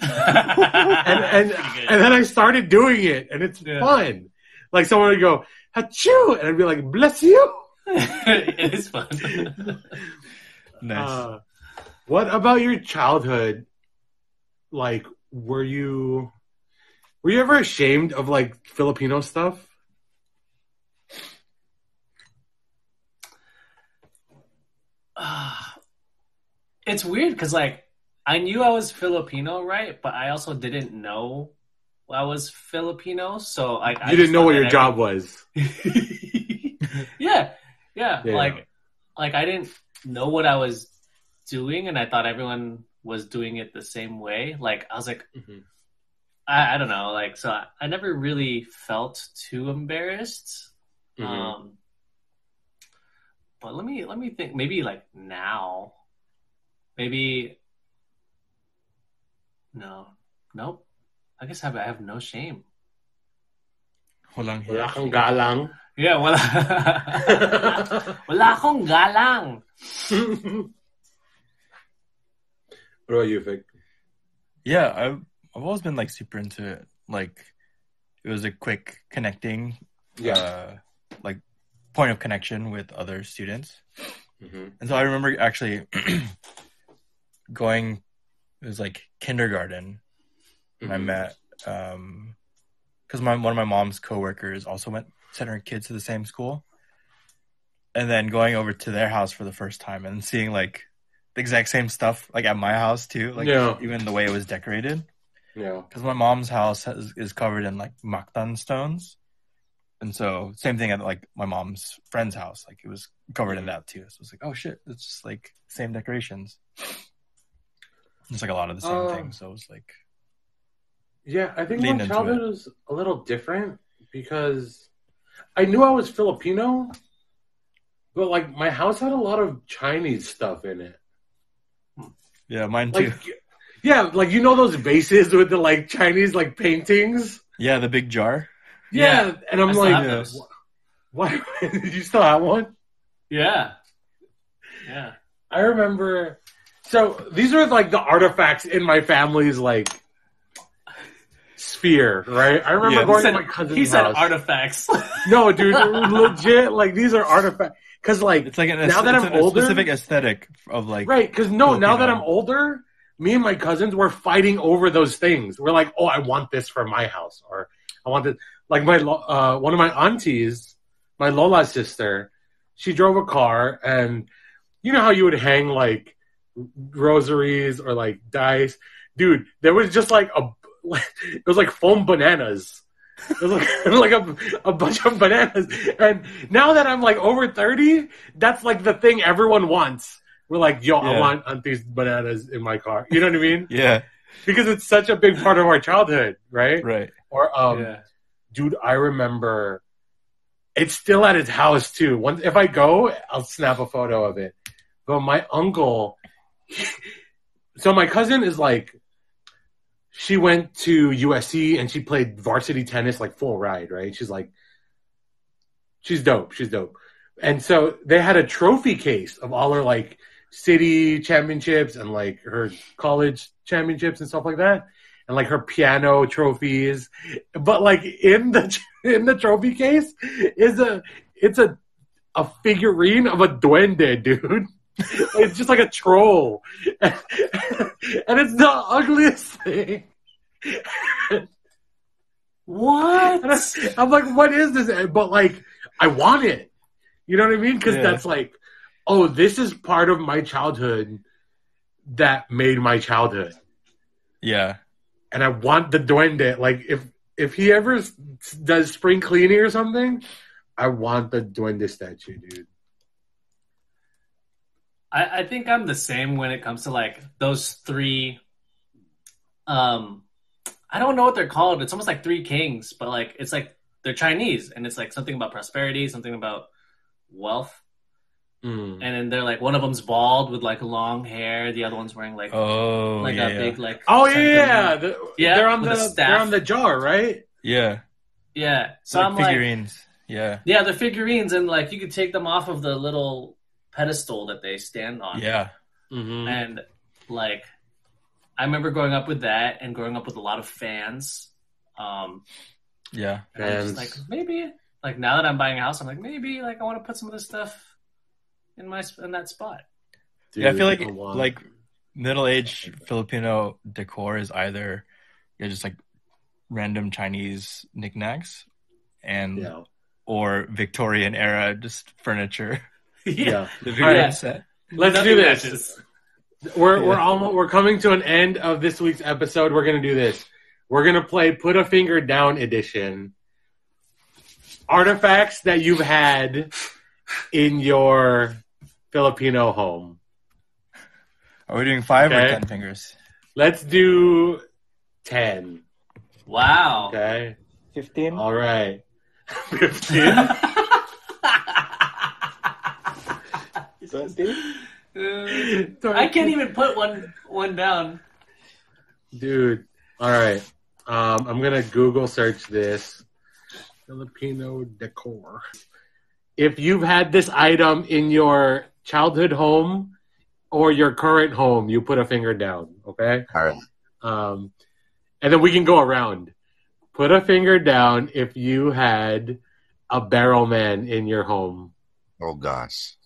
Speaker 1: And and, and then I started doing it, and it's
Speaker 2: Yeah.
Speaker 1: fun. Like someone would go, "Hachoo," and I'd be like, "Bless you."
Speaker 2: *laughs* it is fun.
Speaker 3: Nice.
Speaker 1: Uh, what about your childhood? Like, were you were you ever ashamed of like Filipino stuff?
Speaker 2: Ah. *sighs* it's weird because like I knew I was Filipino, right? But I also didn't know I was Filipino, so I I
Speaker 1: you
Speaker 2: just
Speaker 1: didn't know
Speaker 2: thought
Speaker 1: what
Speaker 2: that
Speaker 1: your
Speaker 2: every-
Speaker 1: job was.
Speaker 2: *laughs* yeah,
Speaker 1: Yeah.
Speaker 2: yeah, Like, like I didn't know what I was doing, and I thought everyone was doing it the same way. Like I was like, I, I don't know, like so I, I never really felt too embarrassed.
Speaker 1: Mhm.
Speaker 2: Um, but let me let me think. Maybe like now, maybe no, nope. I guess I have I have no shame.
Speaker 3: Hold on here.
Speaker 1: Wala kang galang.
Speaker 2: Yeah,
Speaker 1: *laughs*
Speaker 2: well, wala akong galang.
Speaker 1: what about you, Vic?
Speaker 3: Yeah, I've I've always been like super into it. Like it was a quick connecting uh, like point of connection with other students.
Speaker 1: hmm
Speaker 3: And so I remember actually *clears throat* going it was like kindergarten and
Speaker 1: Mm-hmm.
Speaker 3: I met um because my one of my mom's coworkers also went sent her kids to the same school. And then going over to their house for the first time and seeing like the exact same stuff like at my house too, like
Speaker 1: Yeah.
Speaker 3: even the way it was decorated.
Speaker 1: Yeah.
Speaker 3: Because my mom's house has, is covered in like mactan stones, and so same thing at like my mom's friend's house. Like it was covered
Speaker 1: Mm-hmm.
Speaker 3: in that too. So it's like, oh shit, it's just like same decorations. It's like a lot of the same
Speaker 1: Oh.
Speaker 3: things. So it was like,
Speaker 1: Yeah, I think
Speaker 4: Lean
Speaker 1: my
Speaker 4: into
Speaker 1: childhood
Speaker 4: it.
Speaker 1: was a little different because I knew I was Filipino, but like my house had a lot of Chinese stuff in it.
Speaker 4: Yeah, mine too.
Speaker 1: Like, yeah, like you know those vases with the like Chinese like paintings.
Speaker 4: yeah, the big jar.
Speaker 1: Yeah, and I'm
Speaker 2: I still
Speaker 1: like,
Speaker 2: have those.
Speaker 1: why? *laughs* Did you still have one?
Speaker 2: Yeah. Yeah.
Speaker 1: I remember. So these are like the artifacts in my family's like sphere, right? I remember
Speaker 4: Yeah.
Speaker 1: going
Speaker 2: He
Speaker 1: to
Speaker 2: said-
Speaker 1: my cousin's
Speaker 2: He said
Speaker 1: house.
Speaker 2: artifacts.
Speaker 1: no, dude, *laughs* legit. Like these are artifacts because like
Speaker 4: It's like an,
Speaker 1: Now that
Speaker 4: it's
Speaker 1: I'm
Speaker 4: an- a
Speaker 1: older-
Speaker 4: specific aesthetic of like
Speaker 1: right because no, now that
Speaker 4: Filipino.
Speaker 1: I'm older, me and my cousins were fighting over those things. We're like, oh, I want this for my house, or I want this. Like my lo- uh, one of my aunties, my Lola's sister, she drove a car, and you know how you would hang like rosaries or like dice, dude. There was just like a *laughs* it was like foam bananas. It was like, *laughs* it was like a, a bunch of bananas. And now that I'm like over 30, that's like the thing everyone wants. We're like, yo, I
Speaker 4: Yeah.
Speaker 1: want auntie's bananas in my car. You know what I mean?
Speaker 4: Yeah,
Speaker 1: Because it's such a big part of our childhood, right?
Speaker 4: right.
Speaker 1: Or, um,
Speaker 2: yeah.
Speaker 1: dude, I remember it's still at his house too. Once if I go, I'll snap a photo of it. But my uncle, *laughs* so my cousin is like, she went to USC and she played varsity tennis like full ride, right? She's like, she's dope, she's dope. And so they had a trophy case of all her like city championships and like her college championships and stuff like that, and like her piano trophies but like in the *laughs* in the trophy case is a it's a a figurine of a duende, dude. *laughs* it's just like a troll, *laughs* and it's the ugliest thing. *laughs* And I,
Speaker 2: What?
Speaker 1: I'm like, what is this? But like, I want it. You know what I mean? Because
Speaker 4: Yeah.
Speaker 1: that's like, oh, this is part of my childhood that made my childhood.
Speaker 4: Yeah,
Speaker 1: and I want the duende. Like if if he ever s- does spring cleaning or something, I want the duende statue, dude.
Speaker 2: I, I think I'm the same when it comes to like those three. Um, I don't know what they're called. It's almost like three kings, but like it's like they're Chinese, and it's like something about prosperity, something about wealth,
Speaker 1: Hmm.
Speaker 2: and then they're like one of them's bald with like long hair, the other one's wearing like
Speaker 4: Oh,
Speaker 2: like
Speaker 4: yeah,
Speaker 2: a
Speaker 4: yeah.
Speaker 2: big like
Speaker 1: Oh yeah,
Speaker 2: something.
Speaker 1: yeah, the-
Speaker 2: Yeah,
Speaker 1: They're on
Speaker 2: with
Speaker 1: the
Speaker 2: a staff.
Speaker 1: they're on the jar, right?
Speaker 4: yeah.
Speaker 2: yeah. So
Speaker 4: like
Speaker 2: I'm like
Speaker 4: figurines. yeah,
Speaker 2: yeah, they're figurines, and like you could take them off of the little pedestal that they stand on.
Speaker 4: yeah,
Speaker 1: Mm-hmm.
Speaker 2: and like i remember growing up with that and growing up with a lot of fans um
Speaker 4: yeah.
Speaker 2: and i was just
Speaker 1: Fans.
Speaker 2: like maybe like now that i'm buying a house i'm like maybe like i want to put some of this stuff in my sp- in that spot
Speaker 4: yeah I feel like like middle aged Filipino decor is either yeah, just like random Chinese knickknacks and
Speaker 1: yeah,
Speaker 4: *laughs* or Victorian era just
Speaker 1: *laughs*
Speaker 4: furniture.
Speaker 1: yeah.
Speaker 4: The figurine
Speaker 2: yeah.
Speaker 4: set.
Speaker 1: Let's
Speaker 2: Nothing
Speaker 1: do this.
Speaker 2: matches.
Speaker 1: We're
Speaker 4: Yeah.
Speaker 1: we're almost we're coming to an end of this week's episode. We're gonna do this. We're gonna play Put a Finger Down edition. Artifacts that you've had in your Filipino home.
Speaker 4: Are we doing five
Speaker 1: Okay.
Speaker 4: or ten fingers?
Speaker 1: Let's do ten.
Speaker 2: wow
Speaker 1: Okay.
Speaker 4: Fifteen.
Speaker 1: All right. *laughs* Fifteen.
Speaker 2: Uh, *laughs* I can't even put one one down.
Speaker 1: Dude. All right. Um, I'm gonna Google search this Filipino decor. If you've had this item in your childhood home or your current home, you put a finger down. Okay.
Speaker 3: All right.
Speaker 1: Um, and then we can go around. Put a finger down if you had a barrel man in your home.
Speaker 7: Oh gosh.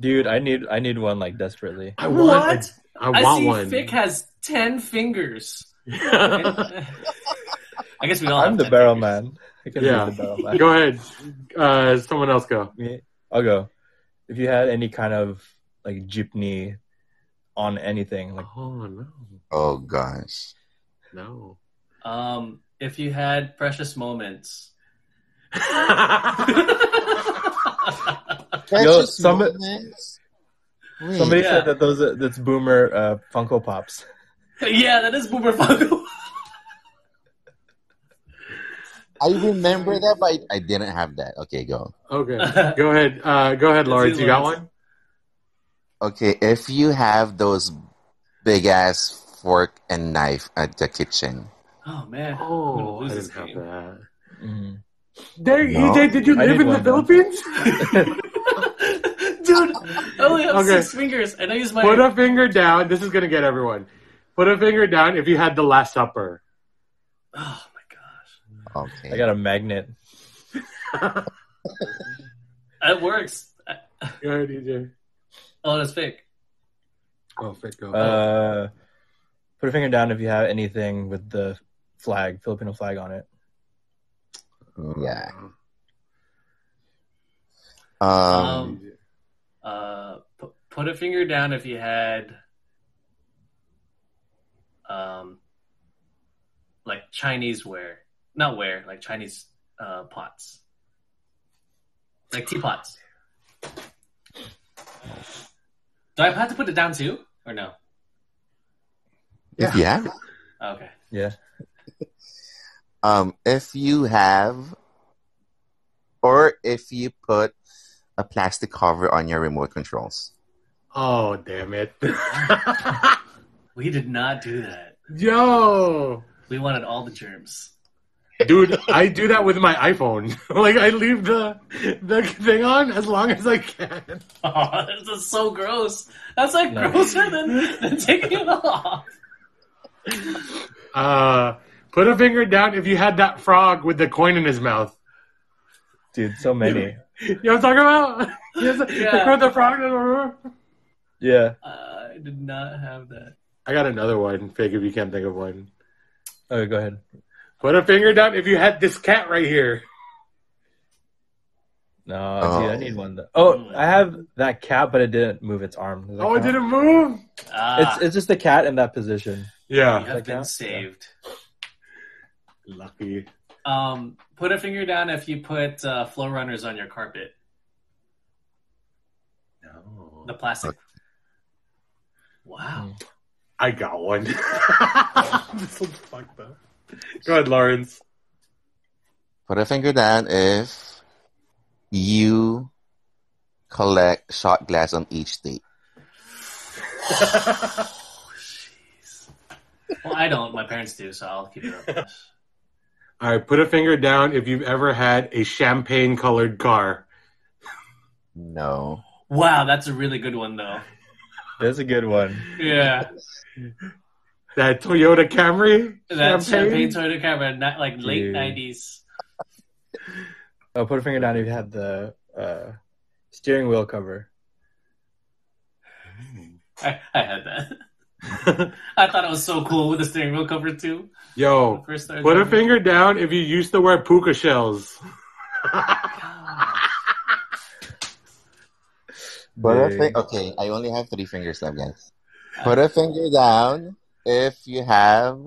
Speaker 4: Dude, I need I need one like desperately.
Speaker 1: I want. a-
Speaker 2: what?
Speaker 1: I
Speaker 2: I,
Speaker 1: want
Speaker 2: see
Speaker 1: one. *laughs*
Speaker 2: Fick has ten fingers.
Speaker 1: Go
Speaker 2: I guess we all.
Speaker 4: I'm
Speaker 2: have
Speaker 4: the
Speaker 2: 10
Speaker 4: barrel
Speaker 2: fingers.
Speaker 4: man. I can
Speaker 1: Oh, Yeah.
Speaker 4: be the barrel man.
Speaker 1: ahead. Uh, someone else go.
Speaker 4: Me- I'll go. If you had any kind of like jeepney on anything, like
Speaker 1: Oh no,
Speaker 7: Oh gosh.
Speaker 1: no.
Speaker 2: Um, if you had precious moments. *laughs*
Speaker 7: Precious
Speaker 4: some-
Speaker 7: moments. Wait.
Speaker 4: somebody
Speaker 2: Yeah.
Speaker 4: said that those are, that's boomer uh, Funko uh, Pops.
Speaker 2: yeah, that is Boomer Funko.
Speaker 7: I remember that, but I, I didn't have that. Okay, go.
Speaker 1: Okay, go ahead. Uh, go ahead, Lawrence. You got one?
Speaker 7: Okay, if you have those big ass fork and knife at the kitchen,
Speaker 2: *laughs* Oh man. *laughs* I'm gonna
Speaker 1: Oh, I
Speaker 2: lose this
Speaker 1: didn't have
Speaker 2: game.
Speaker 1: that.
Speaker 4: Mhm.
Speaker 1: There,
Speaker 7: No.
Speaker 1: EJ, did you
Speaker 4: I
Speaker 1: live
Speaker 4: did
Speaker 1: in the
Speaker 4: one, though.
Speaker 1: Philippines?
Speaker 2: Dude, I only have
Speaker 1: Okay.
Speaker 2: six fingers, and I use my. Oh,
Speaker 1: Put a finger down. This is gonna get everyone. Put a finger down if you had the Last Supper.
Speaker 2: Oh my gosh,
Speaker 7: okay.
Speaker 4: I got a magnet.
Speaker 2: it works. I-
Speaker 1: Go ahead, E EJ.
Speaker 2: Oh, that's fake.
Speaker 1: Oh, fit go.
Speaker 4: Uh, put a finger down if you have anything with the flag, Filipino flag on it.
Speaker 7: Yeah.
Speaker 2: Um,
Speaker 7: Um,
Speaker 2: uh, pu- put a finger down if you had, um, like Chinese ware, not ware, like Chinese uh, pots, like teapots. Do I have to put it down too, or no?
Speaker 7: if you have,
Speaker 2: Okay.
Speaker 4: Yeah.
Speaker 7: um, if you have, or if you put a plastic cover on your remote controls.
Speaker 1: oh, damn *laughs* it.
Speaker 2: We did not do that.
Speaker 1: Yo,
Speaker 2: We wanted all the germs. *laughs*
Speaker 1: dude, I do that with my iPhone. *laughs* like I leave the the thing on as long as I can.
Speaker 2: Oh, this is so gross. That's like
Speaker 4: No.
Speaker 2: grosser than, than taking it off.
Speaker 1: Uh, put a finger down if you had that frog with the coin in his mouth. *laughs*
Speaker 4: Dude, so many.
Speaker 1: You know what I'm talking about? *laughs* Yes, the,
Speaker 2: Yeah.
Speaker 1: the frog.
Speaker 4: Yeah.
Speaker 2: Uh, I did not have that.
Speaker 1: I got another one. Fig, if you can't think of one,
Speaker 4: Okay, go ahead.
Speaker 1: put a finger down if you had this cat right here.
Speaker 4: No,
Speaker 7: Oh.
Speaker 4: dude, I need one. Though. Oh, I have that cat, but it didn't move its arm. Does that
Speaker 1: Oh, it
Speaker 4: count?
Speaker 1: didn't move.
Speaker 2: Ah,
Speaker 4: It's it's just the cat in that position.
Speaker 2: you
Speaker 1: Yeah,
Speaker 2: have
Speaker 4: like
Speaker 2: been
Speaker 4: that?
Speaker 2: saved.
Speaker 1: lucky.
Speaker 2: Um, put a finger down if you put uh, flow runners on your carpet,
Speaker 1: No.
Speaker 2: the plastic. Wow.
Speaker 1: I got one. *laughs* this one's fucked up. Go ahead, Lawrence.
Speaker 7: Put a finger down if you collect shot glass on each date.
Speaker 2: Well, I don't. My parents do, so I'll keep it up.
Speaker 1: *laughs* All right, put a finger down if you've ever had a champagne colored car.
Speaker 7: No.
Speaker 2: wow, that's a really good one, though.
Speaker 4: That's a good one.
Speaker 2: Yeah.
Speaker 1: That Toyota Camry?
Speaker 2: That champagne Toyota camera, not like late
Speaker 4: Dude.
Speaker 2: nineties.
Speaker 4: Oh, put a finger down if you had the uh, steering wheel cover.
Speaker 2: I, I had that.
Speaker 4: *laughs*
Speaker 2: I thought it was so cool with the steering wheel
Speaker 5: *laughs*
Speaker 2: cover *laughs* too. when I
Speaker 1: Yo,
Speaker 2: First started
Speaker 1: put a
Speaker 2: driving.
Speaker 1: finger down if you used to wear puka shells.
Speaker 2: Ah,
Speaker 7: Put a
Speaker 4: Dude.
Speaker 7: fi- okay, I only have three fingers left, guys. Put a finger down if you have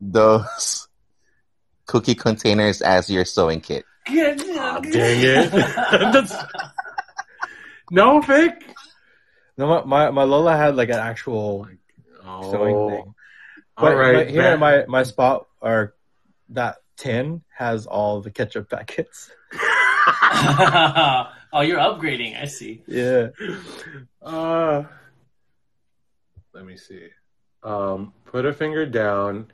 Speaker 7: those *laughs* cookie containers as your sewing kit.
Speaker 2: Good.
Speaker 4: Ah,
Speaker 1: *laughs* Aw, Ah, dang it. That's- No, Vic?
Speaker 4: No, my, my my Lola had like an actual
Speaker 1: Oh,
Speaker 4: sewing thing.
Speaker 1: All
Speaker 4: But,
Speaker 1: right.
Speaker 4: but here
Speaker 1: Matt.
Speaker 4: in my, my spot or that tin has all the ketchup *laughs* packets.
Speaker 2: oh, you're upgrading. I see.
Speaker 4: Yeah.
Speaker 1: Uh, let me see. Um, put a finger down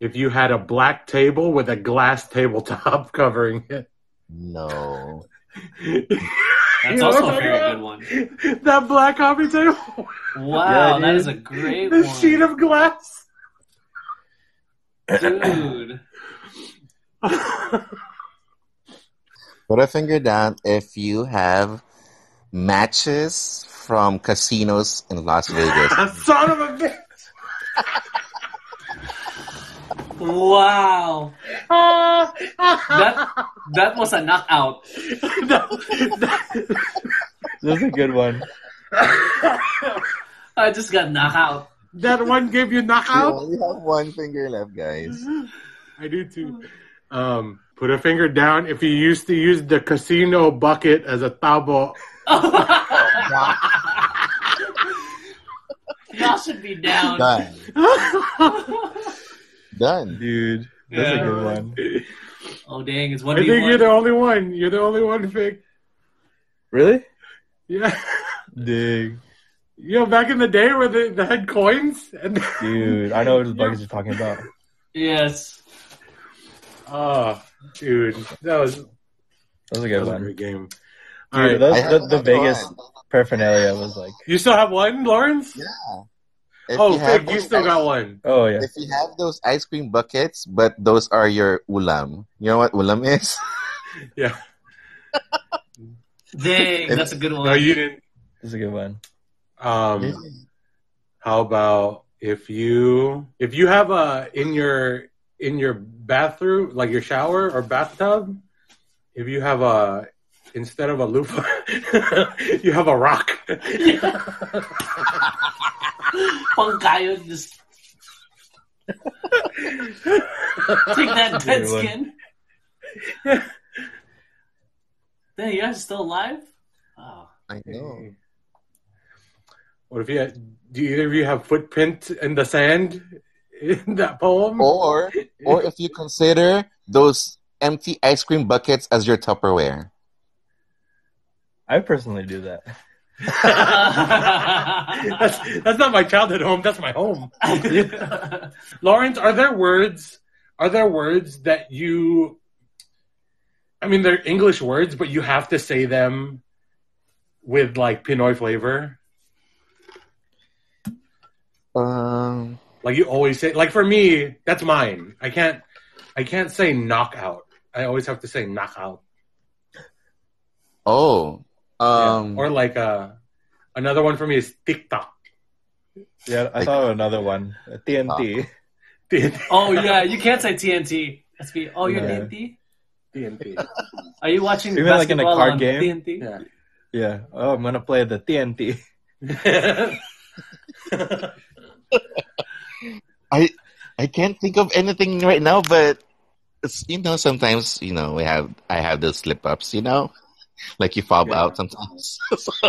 Speaker 1: if you had a black table with a glass tabletop *laughs* covering it.
Speaker 7: No.
Speaker 2: That's
Speaker 1: You know
Speaker 2: also
Speaker 1: what
Speaker 2: a
Speaker 1: I'm
Speaker 2: very
Speaker 1: talking
Speaker 2: good one.
Speaker 1: about? That black coffee table.
Speaker 2: Wow,
Speaker 4: Yeah,
Speaker 2: that
Speaker 4: dude.
Speaker 2: is a great
Speaker 1: the
Speaker 2: one,
Speaker 1: sheet of glass.
Speaker 2: dude.
Speaker 7: Put a finger down if you have matches from casinos in Las Vegas.
Speaker 1: Son of a bitch. *laughs*
Speaker 2: Wow,
Speaker 1: that,
Speaker 2: that was a knockout.
Speaker 4: This is a good one.
Speaker 1: that,
Speaker 2: I just got knocked out. *laughs*
Speaker 1: that one gave you knockout?
Speaker 7: You
Speaker 1: *laughs*
Speaker 7: only have one finger left, guys.
Speaker 1: I do too. Um, put a finger down if you used to use the casino bucket as a tabo.
Speaker 2: Y'all should be down.
Speaker 7: Done.
Speaker 1: oh
Speaker 7: Done.
Speaker 4: Dude. That's a
Speaker 2: Yeah.
Speaker 4: good one.
Speaker 2: Oh dang! It's
Speaker 1: I
Speaker 2: one.
Speaker 1: think you're the only one. You're the only one, Fig.
Speaker 3: Really?
Speaker 1: Yeah. *laughs*
Speaker 3: Dig.
Speaker 1: You know, back in the day where they, they had coins and *laughs*
Speaker 3: Dude, I know what the buggers are talking about.
Speaker 2: Yes.
Speaker 1: Oh, dude, that was, that
Speaker 3: That was a
Speaker 1: was
Speaker 3: good
Speaker 1: a
Speaker 3: one.
Speaker 1: great game. All
Speaker 3: Dude,
Speaker 1: right,
Speaker 3: those,
Speaker 7: I have
Speaker 3: the, the
Speaker 7: another
Speaker 3: Vegas
Speaker 7: one.
Speaker 3: paraphernalia was like,
Speaker 1: you still have one, Lawrence?
Speaker 7: Yeah. If
Speaker 1: oh, Fig,
Speaker 7: have
Speaker 1: you
Speaker 7: those
Speaker 1: still
Speaker 7: ice-
Speaker 1: got one.
Speaker 3: oh yeah,
Speaker 7: If you have those ice cream buckets, but those are your ulam. You know what ulam is?
Speaker 1: Yeah.
Speaker 2: Dang, that's a good one.
Speaker 1: No, you didn't.
Speaker 3: that's a good one.
Speaker 1: Um, how about if you if you have a in your in your bathroom, like your shower or bathtub, if you have a instead of a loop, *laughs* you have a rock. *laughs*
Speaker 2: Fungi would just take that dead
Speaker 3: Good one.
Speaker 2: skin.
Speaker 1: *laughs*
Speaker 2: Dang, you guys are still alive? Oh,
Speaker 7: *laughs* I know.
Speaker 1: What if you do either of you have footprint in the sand in that poem?
Speaker 7: Or
Speaker 1: *laughs*
Speaker 7: *laughs* or if you consider those empty ice cream buckets as your Tupperware.
Speaker 3: I personally do that.
Speaker 1: that's, that's not my childhood home. That's my home. *laughs* Lawrence, are there words? Are there words that you? I mean, they're English words, but you have to say them with like Pinoy flavor.
Speaker 7: Um,
Speaker 1: Like you always say. Like for me, that's mine. I can't. I can't say knockout. I always have to say knockout
Speaker 7: oh.
Speaker 1: Yeah.
Speaker 7: Um,
Speaker 1: or like uh, another one for me is TikTok. *laughs*
Speaker 3: Yeah, I
Speaker 7: Like-
Speaker 3: thought of another one. A TNT.
Speaker 2: oh yeah, you can't say TNT. That's be oh you're
Speaker 3: Yeah.
Speaker 2: TNT?
Speaker 1: TNT.
Speaker 2: Are you watching
Speaker 3: Even like in a
Speaker 2: basketball
Speaker 3: card
Speaker 2: on
Speaker 3: game?
Speaker 2: TNT?
Speaker 1: Yeah.
Speaker 3: Yeah. Oh, I'm gonna play the TNT.
Speaker 7: I I can't think of anything right now, but it's, you know, sometimes you know we have I have those slip ups, you know, like you fob
Speaker 1: Yeah.
Speaker 7: out sometimes.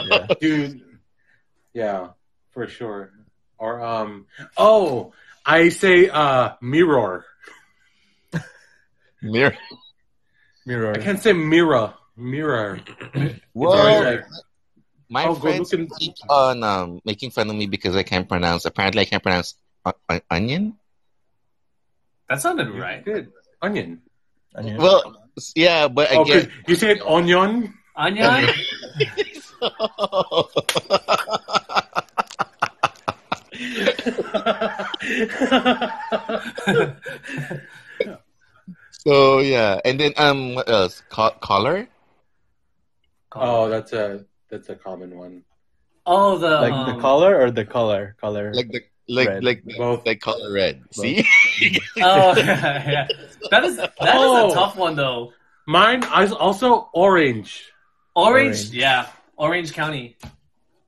Speaker 3: Yeah.
Speaker 1: *laughs* dude. Yeah, for sure. Or um, oh, I say uh, mirror. *laughs*
Speaker 7: Mirror.
Speaker 1: I
Speaker 3: Mirror.
Speaker 1: can't say mirror. Mirror.
Speaker 7: Whoa. My
Speaker 1: Oh, go
Speaker 7: friends
Speaker 1: look in-
Speaker 7: keep on um, making fun of me because I can't pronounce. Apparently, I can't pronounce o- o- onion.
Speaker 2: That sounded
Speaker 1: *laughs*
Speaker 2: right.
Speaker 1: Right. Good. Onion.
Speaker 3: Onion.
Speaker 7: Well, s- yeah, but I
Speaker 1: Oh, 'cause
Speaker 7: get.
Speaker 1: you said onion.
Speaker 2: Anya?
Speaker 7: *laughs* so yeah, and then um, what else? Co- collar.
Speaker 1: oh, that's a that's a common one.
Speaker 2: *laughs* Oh the
Speaker 3: like
Speaker 2: um,
Speaker 3: the color or the color? Color.
Speaker 7: like the like
Speaker 3: Red.
Speaker 7: like
Speaker 1: Both.
Speaker 7: like color red. See,
Speaker 2: Oh *laughs* yeah, yeah. That is that is
Speaker 1: Oh.
Speaker 2: a tough one though.
Speaker 1: Mine is also orange.
Speaker 2: Orange,
Speaker 3: Orange.
Speaker 2: yeah, Orange County.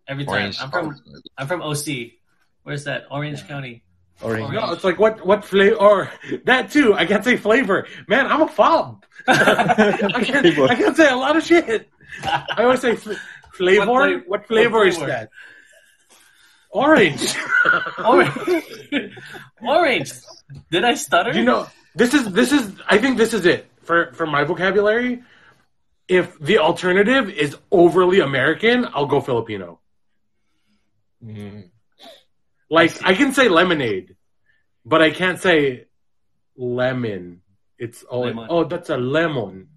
Speaker 2: Every time
Speaker 7: orange.
Speaker 2: I'm from I'm from OC. Where's that Orange County? *laughs*
Speaker 3: orange.
Speaker 1: No, it's like what what flavor? *laughs* Or that too. I can't say flavor. Man, I'm a fob. I can't.
Speaker 3: Flavor.
Speaker 1: I can't say a lot of shit. I always say fl- flavor. What,
Speaker 2: What fla-
Speaker 1: flavor
Speaker 2: what
Speaker 1: is
Speaker 2: flavor?
Speaker 1: that? Orange.
Speaker 2: Orange.
Speaker 5: *laughs*
Speaker 2: Orange. Did I stutter?
Speaker 1: you know, this is this is. I think this is it for for my vocabulary. If the alternative is overly American, I'll go Filipino.
Speaker 4: Mm.
Speaker 3: Mm-hmm.
Speaker 1: Like I can say lemonade, but I can't say lemon. It's all
Speaker 2: Lemon.
Speaker 1: oh, that's a lemon.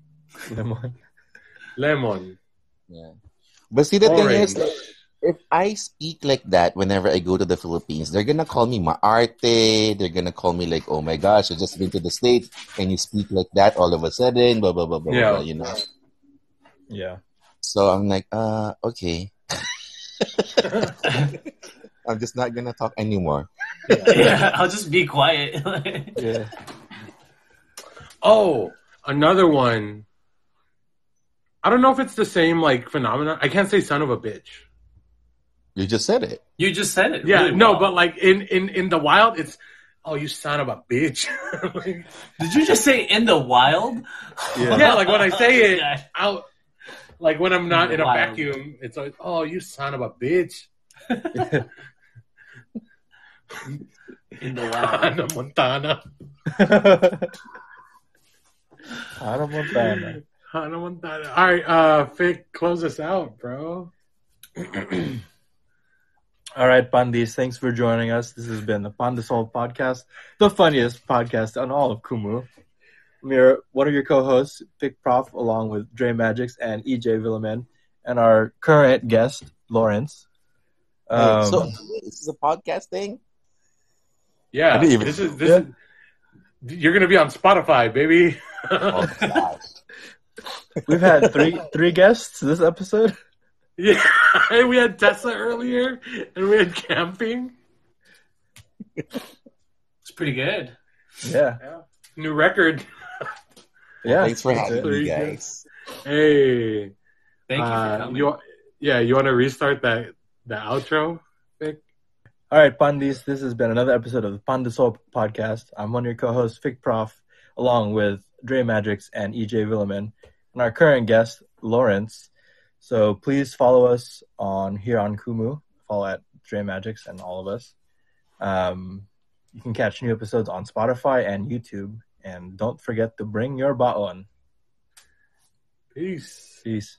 Speaker 3: Lemon.
Speaker 1: Lemon.
Speaker 7: Yeah. But see, the thing
Speaker 1: Orange.
Speaker 7: is, like, if I speak like that whenever I go to the Philippines, they're gonna call me maarte. They're gonna call me like, "Oh my gosh, I just been to the states and you speak like that all of a sudden." Blah blah blah blah.
Speaker 1: Yeah.
Speaker 7: blah you know.
Speaker 3: Yeah.
Speaker 7: So I'm like, uh, okay. *laughs* I'm just not gonna talk anymore.
Speaker 2: yeah, I'll just be
Speaker 5: *laughs*
Speaker 2: quiet.
Speaker 3: Yeah.
Speaker 1: Oh, another one. I don't know if it's the same like phenomenon. I can't say son of a bitch.
Speaker 7: You just said it.
Speaker 2: you just said it.
Speaker 1: Yeah,
Speaker 2: really
Speaker 1: no,
Speaker 2: well.
Speaker 1: but like in in in the wild, it's oh you son of a bitch. *laughs* Like,
Speaker 2: did you just say in the wild?
Speaker 3: Yeah. *laughs*
Speaker 1: Yeah, like when I
Speaker 2: *laughs*
Speaker 1: say it.
Speaker 2: Yeah.
Speaker 1: out like when I'm not in a
Speaker 2: Wild.
Speaker 1: vacuum, it's like oh you son of a bitch. *laughs*
Speaker 2: in the wild.
Speaker 1: Hannah Montana.
Speaker 3: Hannah Montana.
Speaker 1: Hannah Montana. All right, uh, Fick, close us out, bro.
Speaker 3: All right, Pandis, thanks for joining us. This has been the Pandasol podcast, the funniest podcast on all of Kumu. We're one of your co-hosts, Pick Prof, along with Dre Magics and EJ Villaman, and our current guest, Lawrence. Um,
Speaker 7: Wait, so wait, this is a podcast
Speaker 1: *laughs*
Speaker 7: thing.
Speaker 1: Yeah,
Speaker 7: I didn't even-
Speaker 1: this is this. is- you're gonna be on Spotify, baby.
Speaker 7: *laughs* Oh gosh.
Speaker 3: we've had three three guests this episode.
Speaker 1: yeah, *laughs* we had Tessa earlier, and we had camping.
Speaker 2: It's pretty good.
Speaker 3: Yeah,
Speaker 1: New record.
Speaker 3: yeah.
Speaker 7: Thanks for having
Speaker 1: There
Speaker 7: me,
Speaker 1: you go.
Speaker 7: guys.
Speaker 1: Hey,
Speaker 2: Thank you
Speaker 1: uh,
Speaker 2: for coming.
Speaker 1: you wa- yeah, you want to restart that the outro?
Speaker 3: All right, Pandis, this has been another episode of the Pandasol podcast. I'm one of your co-hosts, Fick Prof, along with Dre Magics and EJ Villaman, and our current guest, Lawrence. So please follow us on here on Kumu. Follow at Dre Magics and all of us. Um, you can catch new episodes on Spotify and YouTube. And don't forget to bring your baon.
Speaker 1: Peace.
Speaker 3: Peace.